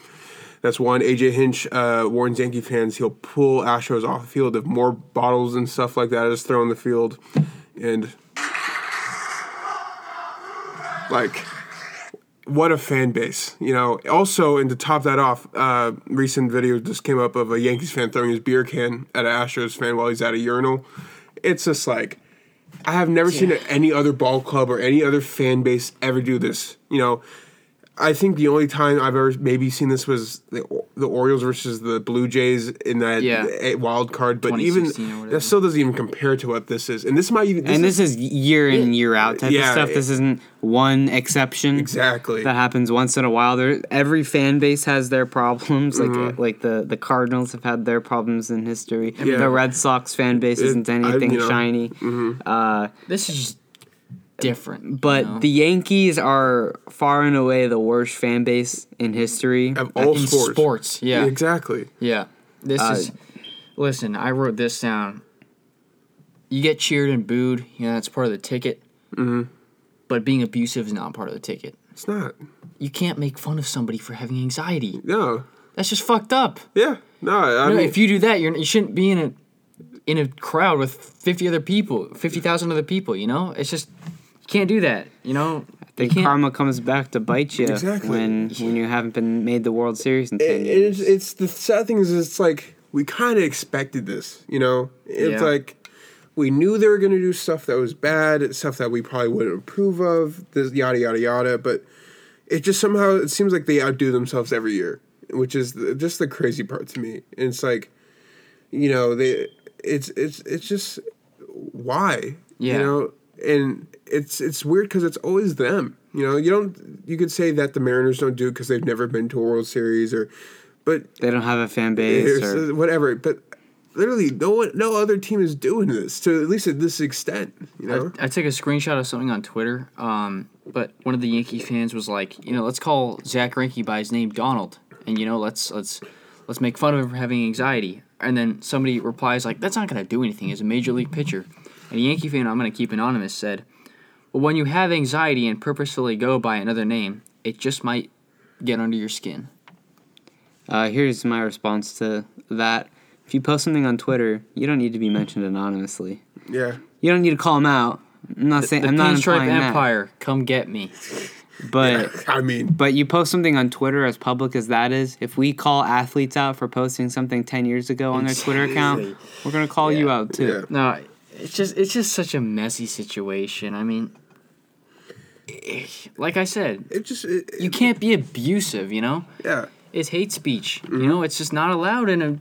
That's one. AJ Hinch uh, warns Yankee fans he'll pull Astros off the field if more bottles and stuff like that is thrown in the field. And like, what a fan base, you know. Also, and to top that off, uh, recent video just came up of a Yankees fan throwing his beer can at an Astros fan while he's at a urinal. It's just like. I have never seen any other ball club or any other fan base ever do this. You know, I think the only time I've ever maybe seen this was the the Orioles versus the Blue Jays in that
Yeah.
eh, wild card, but even
2016 or whatever.
that still doesn't even compare to what this is. And this might even this
and
is,
this is year in year out type
Yeah,
of stuff. This isn't one exception.
exactly
That happens once in a while. There, every fan base has their problems. Like like the, the Cardinals have had their problems in history.
Yeah.
The Red Sox fan base is isn't
I- you
anything
know.
shiny. Uh,
This is just different.
but
you know?
the Yankees are far and away the worst fan base in history.
of all
in
sports.
sports. yeah.
exactly.
Yeah. This
Uh,
is. Listen, I wrote this down. You get cheered and booed. You know, that's part of the ticket. Mm-hmm. But being abusive is not part of the ticket.
It's not.
You can't make fun of somebody for having anxiety.
No.
That's just fucked up.
Yeah. No. I
No,
mean,
if you do that, you're, you shouldn't be in a in a crowd with fifty other people, fifty thousand other people. You know, it's just you can't do that. You know,
the
you can't-
karma comes back to bite you
Exactly.
when when you haven't been made the World Series in ten
it-
years.
it's, it's the sad thing is it's like we kind of expected this you know it's
Yeah.
like we knew they were going to do stuff that was bad stuff that we probably wouldn't approve of this yada yada yada but it just somehow it seems like they outdo themselves every year which is the, just the crazy part to me. And it's like, you know, they it's it's it's just why
Yeah.
you know, and it's it's weird because it's always them. You know, you don't you could say that the Mariners don't do it because they've never been to a World Series or, but
They don't have a fan base.
or
Or,
so- whatever. But literally, no one, no other team is doing this to at least at this extent. You know,
I, I took a screenshot of something on Twitter, um, but one of the Yankee fans was like, you know, let's call Zach Greinke by his name, Donald, and you know, let's let's let's make fun of him for having anxiety. And then somebody replies like, that's not gonna do anything. He's a major league pitcher. And a Yankee fan, I'm gonna keep anonymous, said, well, when you have anxiety and purposefully go by another name, it just might get under your skin.
uh, here's my response to that. If you post something on Twitter, you don't need to be mentioned anonymously.
yeah.
You don't need to call them out. I'm not saying
The
I'm not
Pinstripe
implying
Empire, come get me.
that, but
I mean,
But you post something on Twitter, as public as that is, if we call athletes out for posting something 10 years ago on their Twitter account, we're going to call you out too.
yeah.
No, it's just it's just such a messy situation. I mean, like I said,
It just it,
you
it,
can't be abusive. You know,
yeah.
it's hate speech.
Mm-hmm.
You know, it's just not allowed in a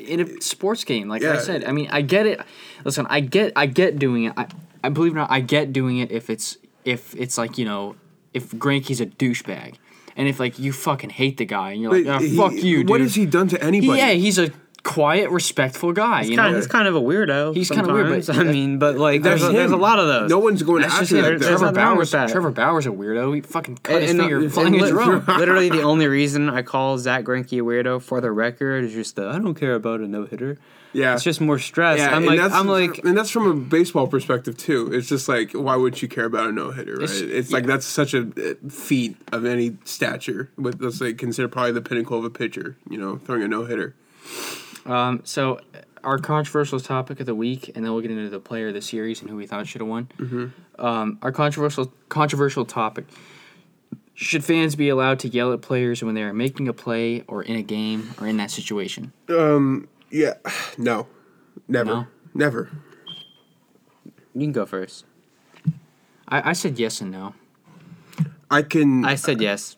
in a sports game. Like I
Yeah.
said, I mean, I get it. Listen, I get I get doing it. I, I believe it or not, I get doing it if it's if it's like you know if Granky's a douchebag, and if like you fucking hate the guy and you're like,
But
"Ah, fuck
he-
you, dude.
What has he done to anybody?
yeah, he's a quiet, respectful guy. you know,
Kind of, he's kind of a weirdo.
He's kind of weird, but-
sometimes. I mean, but like,
That's
there's a, there's a
him.
lot of those.
No one's going
That's just
after that.
it.
though.
There's
Trevor
nothing wrong with
Bowers.
that.
Trevor Bowers a weirdo. He fucking cut
And-
his
and
finger
not-
flying
and
a
lit-
drone.
Literally, the only reason I call Zach Greinke a weirdo for the record is just the I don't care about a no hitter.
Yeah.
it's just more stress.
yeah,
I'm
and
like,
that's,
I'm like,
and that's from a baseball perspective too. It's just like, why would you care about a no hitter, right?
It's-
It's, like that's such a uh, feat of any stature. With let's say consider probably the pinnacle of a pitcher, you know, throwing a no hitter.
Um, so, our controversial topic of the week, and then we'll get into the player of the series and who we thought should have won.
Mm-hmm.
Um, our controversial controversial topic: Should fans be allowed to yell at players when they are making a play or in a game or in that situation?
Yeah, no, never,
No?
never.
you can go first.
I, I said yes and no.
I can.
I said yes.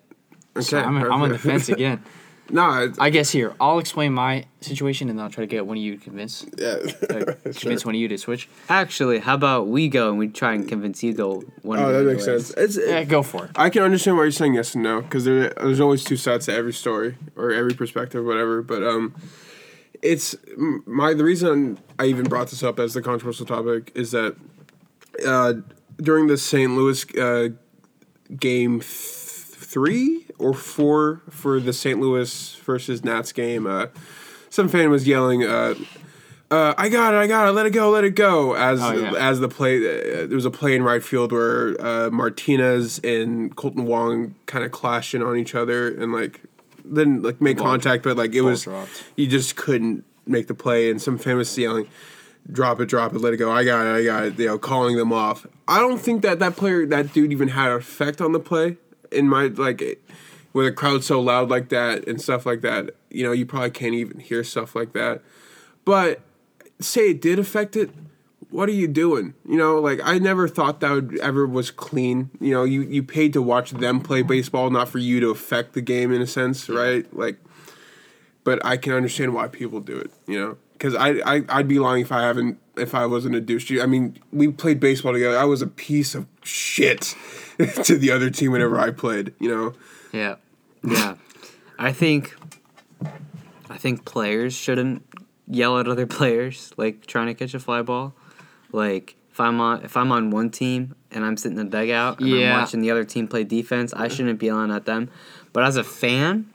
okay,
I'm, I'm on the
perfect.
fence again.
No, it's,
I guess here I'll explain my situation, and then I'll try to get one of you to convince uh, convince one of you to switch.
Actually, how about we go and we try and convince you to go one
oh,
of
that
the
makes
ways?
sense. It's,
Yeah, go for it.
I can understand why you're saying yes and no because there, there's always two sides to every story or every perspective, whatever. But um, it's m- my the reason I even brought this up as the controversial topic is that uh, during the St. Louis uh, game th- three or four for the St. Louis versus Nats game, uh, some fan was yelling. Uh, uh, I got it! I got it! Let it go! Let it go! As
yeah.
as the play, uh, there was a play in right field where uh, Martinez and Colton Wong kind of clashed in on each other and like didn't like make contact, but like it was
dropped.
you just couldn't make the play, and some fan was yelling, "Drop it! Drop it! Let it go! I got it! I got it!" You know, calling them off. I don't think that that player, that dude, even had an effect on the play. In my like, it, with a crowd so loud like that and stuff like that, you know, you probably can't even hear stuff like that. But say it did affect it what are you doing you know like i never thought that would ever was clean you know you you paid to watch them play baseball not for you to affect the game in a sense right like but i can understand why people do it you know because I, I i'd be lying if i haven't if i wasn't a douche to you. i mean we played baseball together i was a piece of shit to the other team whenever i played you know
Yeah.
Yeah, I think, I think players shouldn't yell at other players like trying to catch a fly ball. Like if I'm on if I'm on one team and I'm sitting in the dugout and
Yeah.
I'm watching the other team play defense, I shouldn't be yelling at them. But as a fan,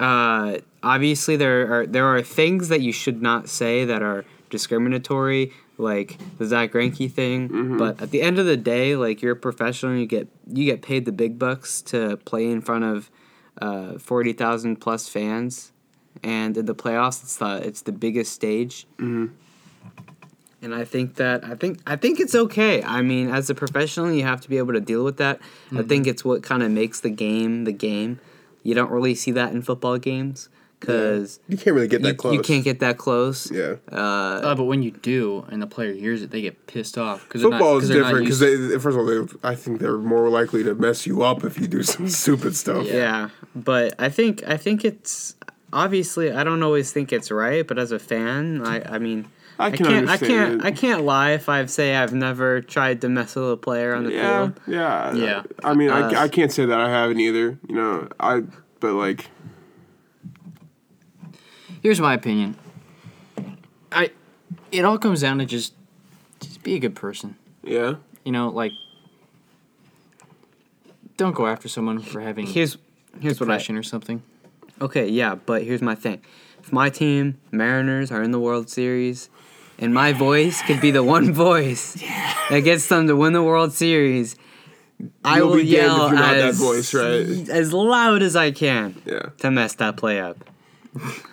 uh, obviously there are there are things that you should not say that are discriminatory, like the Zach Greinke thing. But at the end of the day, like you're a professional, and you get you get paid the big bucks to play in front of uh, forty thousand plus fans, and in the playoffs, it's the it's the biggest stage.
Mm-hmm.
And I think that I think I think it's okay. I mean, as a professional, you have to be able to deal with that.
Mm-hmm.
I think it's what kind of makes the game the game. You don't really see that in football games because
You can't really get that
you,
close.
can't get that close.
Yeah.
Uh,
Uh, but when you do, and the player hears it, they get pissed off because
Football is
they're not
different because
used to-
they, first of all, they, I think they're more likely to mess you up if you do some stupid stuff.
yeah. but I think I think it's obviously I don't always think it's right, but as a fan, I I mean.
I can
can't. I
understand
can't.
it.
I can't lie if I say I've never tried to mess with a player on the
Yeah,
field.
yeah,
Yeah.
I mean,
Uh,
I, I can't say that I haven't either. You know, I but like
Here's my opinion. I, it all comes down to just, just be a good person.
yeah,
You know, like, don't go after someone for having
Here's here's what I
depression or something.
Okay, yeah, but here's my thing. If my team, Mariners, are in the World Series, and my voice could be the one voice that gets them to win the World Series, I
You'll
will
be damned if
yell
you're not that
as,
voice, right?
as loud as I can
yeah.
to mess that play up.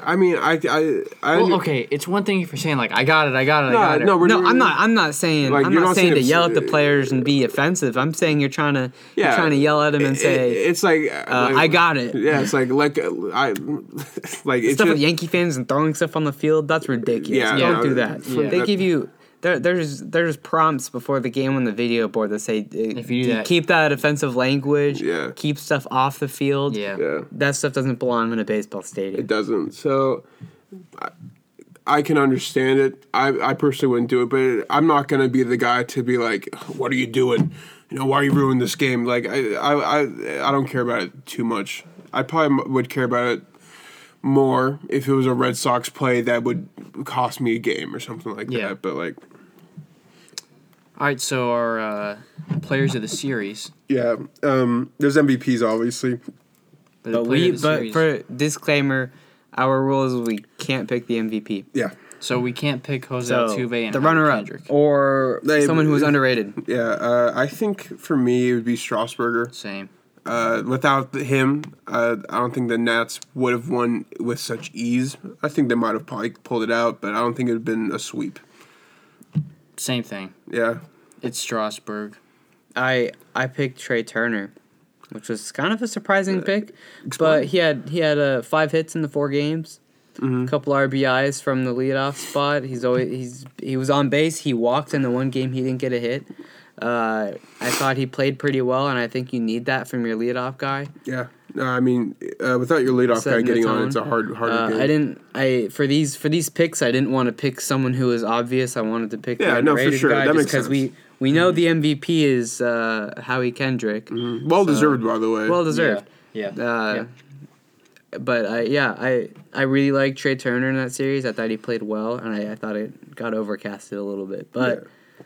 I mean, I I I
Well, okay, it's one thing if you're saying like, I got it, I got it,
No,
I got it.
no, we're
No, I'm not. I'm not saying.
Like,
I'm
you're
not,
not
saying to
saying
yell at the
it's-
players and be offensive. I'm saying you're trying to. You're
Yeah.
trying to yell at them and
it-
say,
it's like,
uh,
like-
"I got it."
Yeah, it's like like uh, I like it's
stuff
just,
with Yankee fans and throwing stuff on the field. That's ridiculous.
Yeah,
don't
no,
do that.
yeah.
They
that-
give you there, there's there's prompts before the game on the video board that say
If you do that-
keep that offensive language.
Yeah.
Keep stuff off the field.
Yeah.
yeah.
That stuff doesn't belong in a baseball stadium.
It doesn't. So I, I can understand it. I, I personally wouldn't do it, but I'm not going to be the guy to be like, "What are you doing? You know, why are you ruining this game?" Like I I I, I don't care about it too much. I probably m- would care about it more if it was a Red Sox play that would cost me a game or something like
Yeah.
that. But like,
All right, so our uh, players of the series.
yeah, um, there's MVPs obviously.
But
the player
we
of the
but
series.
for disclaimer, our rule is we can't pick the MVP.
Yeah,
so we can't pick Jose
So
Altuve and
the runner up
Kendrick.
or
They-
someone who was underrated.
yeah. Uh, I think for me it would be Strasburger.
Same.
uh, without him, uh, I don't think the Nats would have won with such ease. I think they might have probably pulled it out, but I don't think it would have been a sweep.
Same thing.
Yeah.
It's Strasburg.
I I picked Trey Turner, which was kind of a surprising
Uh,
pick, but he had he had uh, five hits in the four games,
Mm-hmm.
a couple RBIs from the leadoff spot. He's always he's he was on base. He walked in the one game he didn't get a hit. Uh, I thought he played pretty well, and I think you need that from your leadoff guy.
Yeah. No, I mean, uh, without your leadoff
Setting
guy
the
getting
tone.
on, it's a hard, harder
Uh,
game.
I didn't. I for these for these picks, I didn't want to pick someone who was obvious. I wanted to pick
Yeah,
the
no, for
underrated
sure.
guy
That
just
makes
because we
sense. Mm-hmm.
we know the MVP is uh, Howie Kendrick.
Well deserved, by the way.
Well deserved.
Yeah.
Uh, But I, yeah, I I really liked Trey Turner in that series. I thought he played well, and I, I thought it got overcasted a little bit. But
Yeah.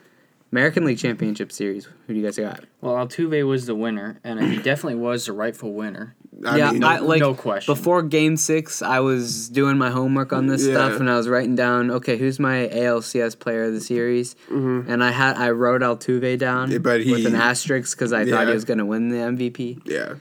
American League Championship Series, who do you guys got?
Well, Altuve was the winner, and he definitely was the rightful winner.
I
yeah,
mean,
I, like
no question.
before Game Six, I was doing my homework on this
Yeah.
stuff, and I was writing down, okay, who's my ALCS player of the series? And I had I wrote Altuve down
Mm-hmm. Yeah, but he-
with an asterisk because I thought he
Yeah.
was going to win the MVP.
yeah.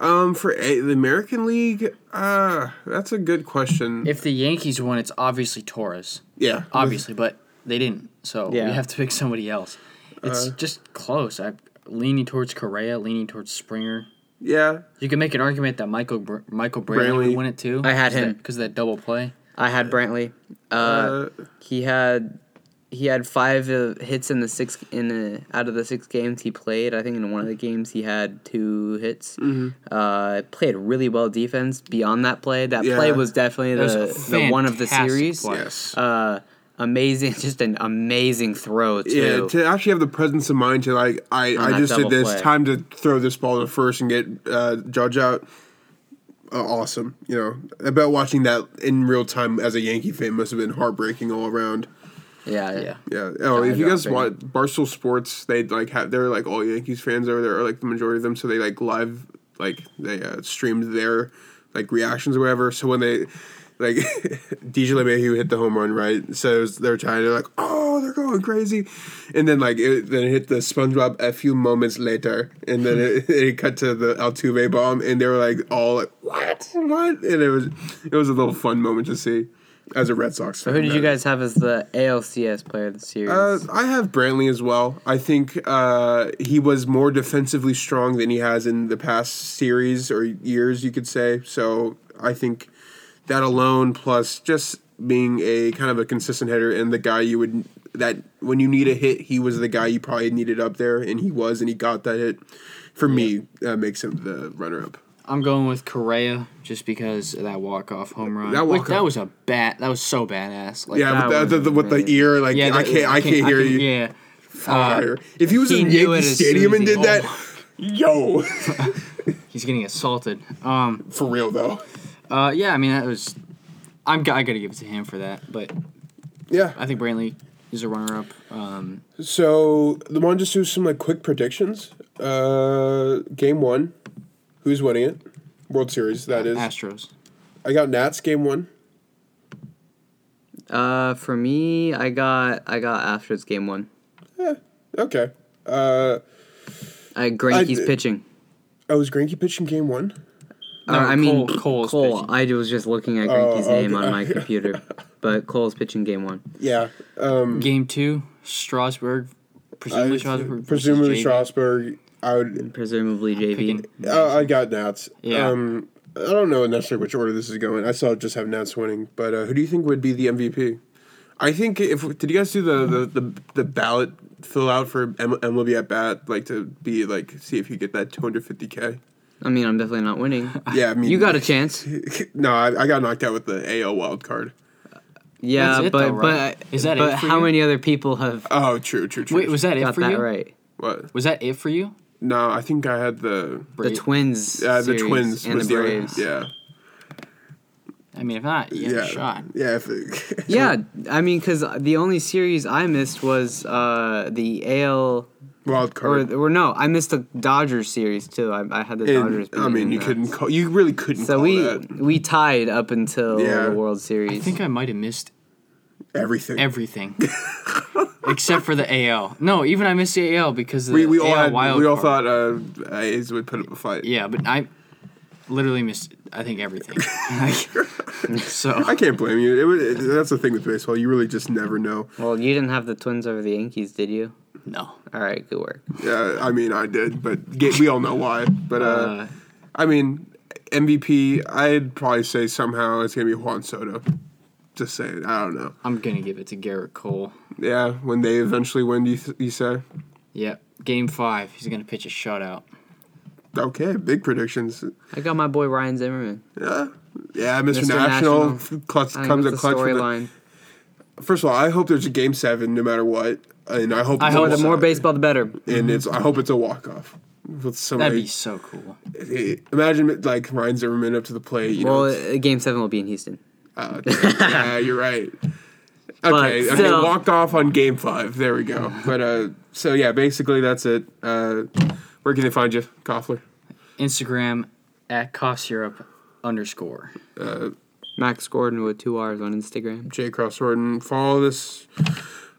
Um, for a, the American League, uh, that's a good question.
If the Yankees won, it's obviously Torres,
yeah,
obviously, but they didn't, so
Yeah.
we have to pick somebody else. It's just close. I'm leaning towards Correa, leaning towards Springer.
yeah,
You can make an argument that Michael Br- Michael Brantley,
Brantley.
would win it too.
I had him.
because of that double play.
I had Brantley. uh,
uh,
He had he had five uh, hits in the six in the, out of the six games he played. I think in one of the games he had two hits.
Mm-hmm.
Uh, played really well defense. Beyond that play, that
Yeah.
play was definitely
That was
the,
a
the one of the
fantastic
series.
play.
yes.
Uh, amazing, just an amazing throw
Yeah,
too.
to actually have the presence of mind to like, I,
On that
I just
double
did this.
play.
Time to throw this ball to first and get uh, Judge out. Uh, awesome, you know. I bet watching that in real time as a Yankee fan must have been heartbreaking all around.
yeah,
Yeah.
Yeah. Oh, if you
Yeah,
guys
heartbreaking.
watch Barstool Sports, they like have they're like all Yankees fans over there, or like the majority of them. So they like live, like they uh, streamed their like reactions or whatever. So when they like DJ LeMahieu hit the home run, right? So it was, they're trying to like, oh, they're going crazy, and then like it, then it hit the SpongeBob a few moments later, and then it, it cut to the Altuve bomb, and they were like all like, what, what? And it was it was a little fun moment to see as a Red Sox.
So who
fan,
did you
that is.
guys have as the ALCS player of the series?
Uh, I have Brantley as well. I think uh, he was more defensively strong than he has in the past series or years, you could say. So I think that alone plus just being a kind of a consistent hitter and the guy you would that when you need a hit, he was the guy you probably needed up there, and he was, and he got that hit. For me, uh, makes him the runner up.
I'm going with Correa just because of that walk off home run.
That
That,
walk-off-
that was a bat. That was so badass. Like,
Yeah,
that
but
was
the, the, with
amazing.
the ear, like I
that-
can't, I can't hear you.
Yeah.
Fire. if he was
he
in
knew it
Yankee
as soon
Stadium
as
and
he-
did that, yo,
He's getting assaulted. Um.
for real though.
Uh. Yeah. I mean, that was. I'm. g- I gotta give it to him for that. But
Yeah.
I think Brantley is a runner up. Um.
So the one just do some like quick predictions. Uh, game one, who's winning it? World Series that is.
Astros.
I got Nats game one.
Uh, for me, I got I got Astros game one.
Okay. Uh,
I Granky's
I-
pitching.
oh, was Granky pitching game one?
Or, I mean,
Uh, Cole-
Cole.
Cole's pitching.
I was just looking at Granky's
Oh,
name on my
okay.
computer, but Cole's pitching game one.
Yeah. Um,
Game two, Strasburg. Presumably Strasburg.
I,
versus
presumably
JV.
Strasburg. I would.
Presumably JV.
Picking-
Uh, I got Nats.
Yeah.
Um, I don't know necessarily which order this is going. I saw just have Nats winning, but uh, who do you think would be the MVP? I think if did you guys do the the, the, the ballot fill out for M- MLB at bat like to be like see if you get that 250k?
I mean, I'm definitely not winning.
Yeah, I mean
You got a chance.
no, I, I got knocked out with the AL wild card.
Yeah,
That's it
but
though, right?
but
Is that it
but
for
how
you?
many other people have
Oh, true, true, true.
Wait, was that it
got
for
that
you?
right?
what?
Was that it for you?
No, I think I had the
The
Bra-
Twins.
uh, the
series
Twins
and
was
the
the only-
Braves.
yeah,
I mean, if not, you
yeah,
yeah, shot.
yeah. If it,
Yeah, I mean, because the only series I missed was uh, the AL,
wild
or,
card.
or no, I missed the Dodgers series too. I, I had the
And,
Dodgers.
I mean,
beating
you
the-
couldn't call. You really couldn't.
So
call
we
that.
we tied up until
Yeah.
the World Series.
I think I might have missed
everything.
everything except for the AL. No, even I missed the AL because the
we we
AL
all had,
wild
we all
card.
thought uh, A's would put up a fight.
Yeah, but I literally missed. I think everything. so
I can't blame you. It, would- it, that's the thing with baseball. You really just never know.
well, you didn't have the Twins over the Yankees, did you?
no.
All right, good work.
Uh, I mean, I did, but ga- we all know why. But uh,
Uh,
I mean, MVP. I'd probably say somehow it's gonna be Juan Soto. Just saying. I don't know.
I'm gonna give it to Garrett Cole.
Yeah, when they eventually win, you th- you say.
Yep. Game five, he's gonna pitch a shutout.
Okay, big predictions.
I got my boy Ryan Zimmerman.
Yeah, yeah. Mr.
Mr.
National,
National.
clutch
I think
comes
that's
a
the
clutch. for the-
storyline.
First of all, I hope there's a game seven, no matter what, and I hope
I
it's
hope
a
The more
walk-off.
baseball, the better.
and it's I hope it's a walk off. With
That'd
somebody,
be so cool.
imagine like Ryan Zimmerman up to the plate. You
Well,
know, it's-
uh, Game Seven will be in Houston.
uh, yeah, you're right. Okay, okay,
still-
walked off on game five. There we go. But uh, so yeah, basically that's it. Uh, where can they find you, Koffler?
Instagram at Cost Europe underscore.
Max Gordon with two R's on Instagram.
Jay Cross Orton. Follow this.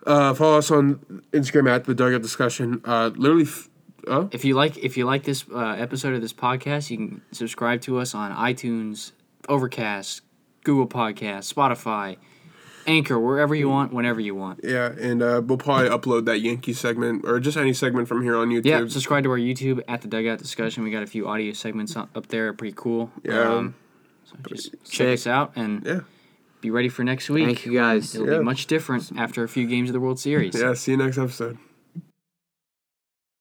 Uh, follow us on Instagram at the Dugout Discussion. Uh, literally. F- oh,
If you like, if you like this uh, episode of this podcast, you can subscribe to us on iTunes, Overcast, Google Podcasts, Spotify, Anchor, wherever you want, whenever you want.
yeah, and uh, we'll probably upload that Yankee segment or just any segment from here on YouTube.
Yeah, subscribe to our YouTube at the Dugout Discussion. We got a few audio segments on- up there, pretty cool. Um,
Yeah.
so just check us out and
Yeah.
be ready for next week.
Thank you guys.
It'll
Yeah.
be much different after a few games of the World Series.
Yeah. See you next episode.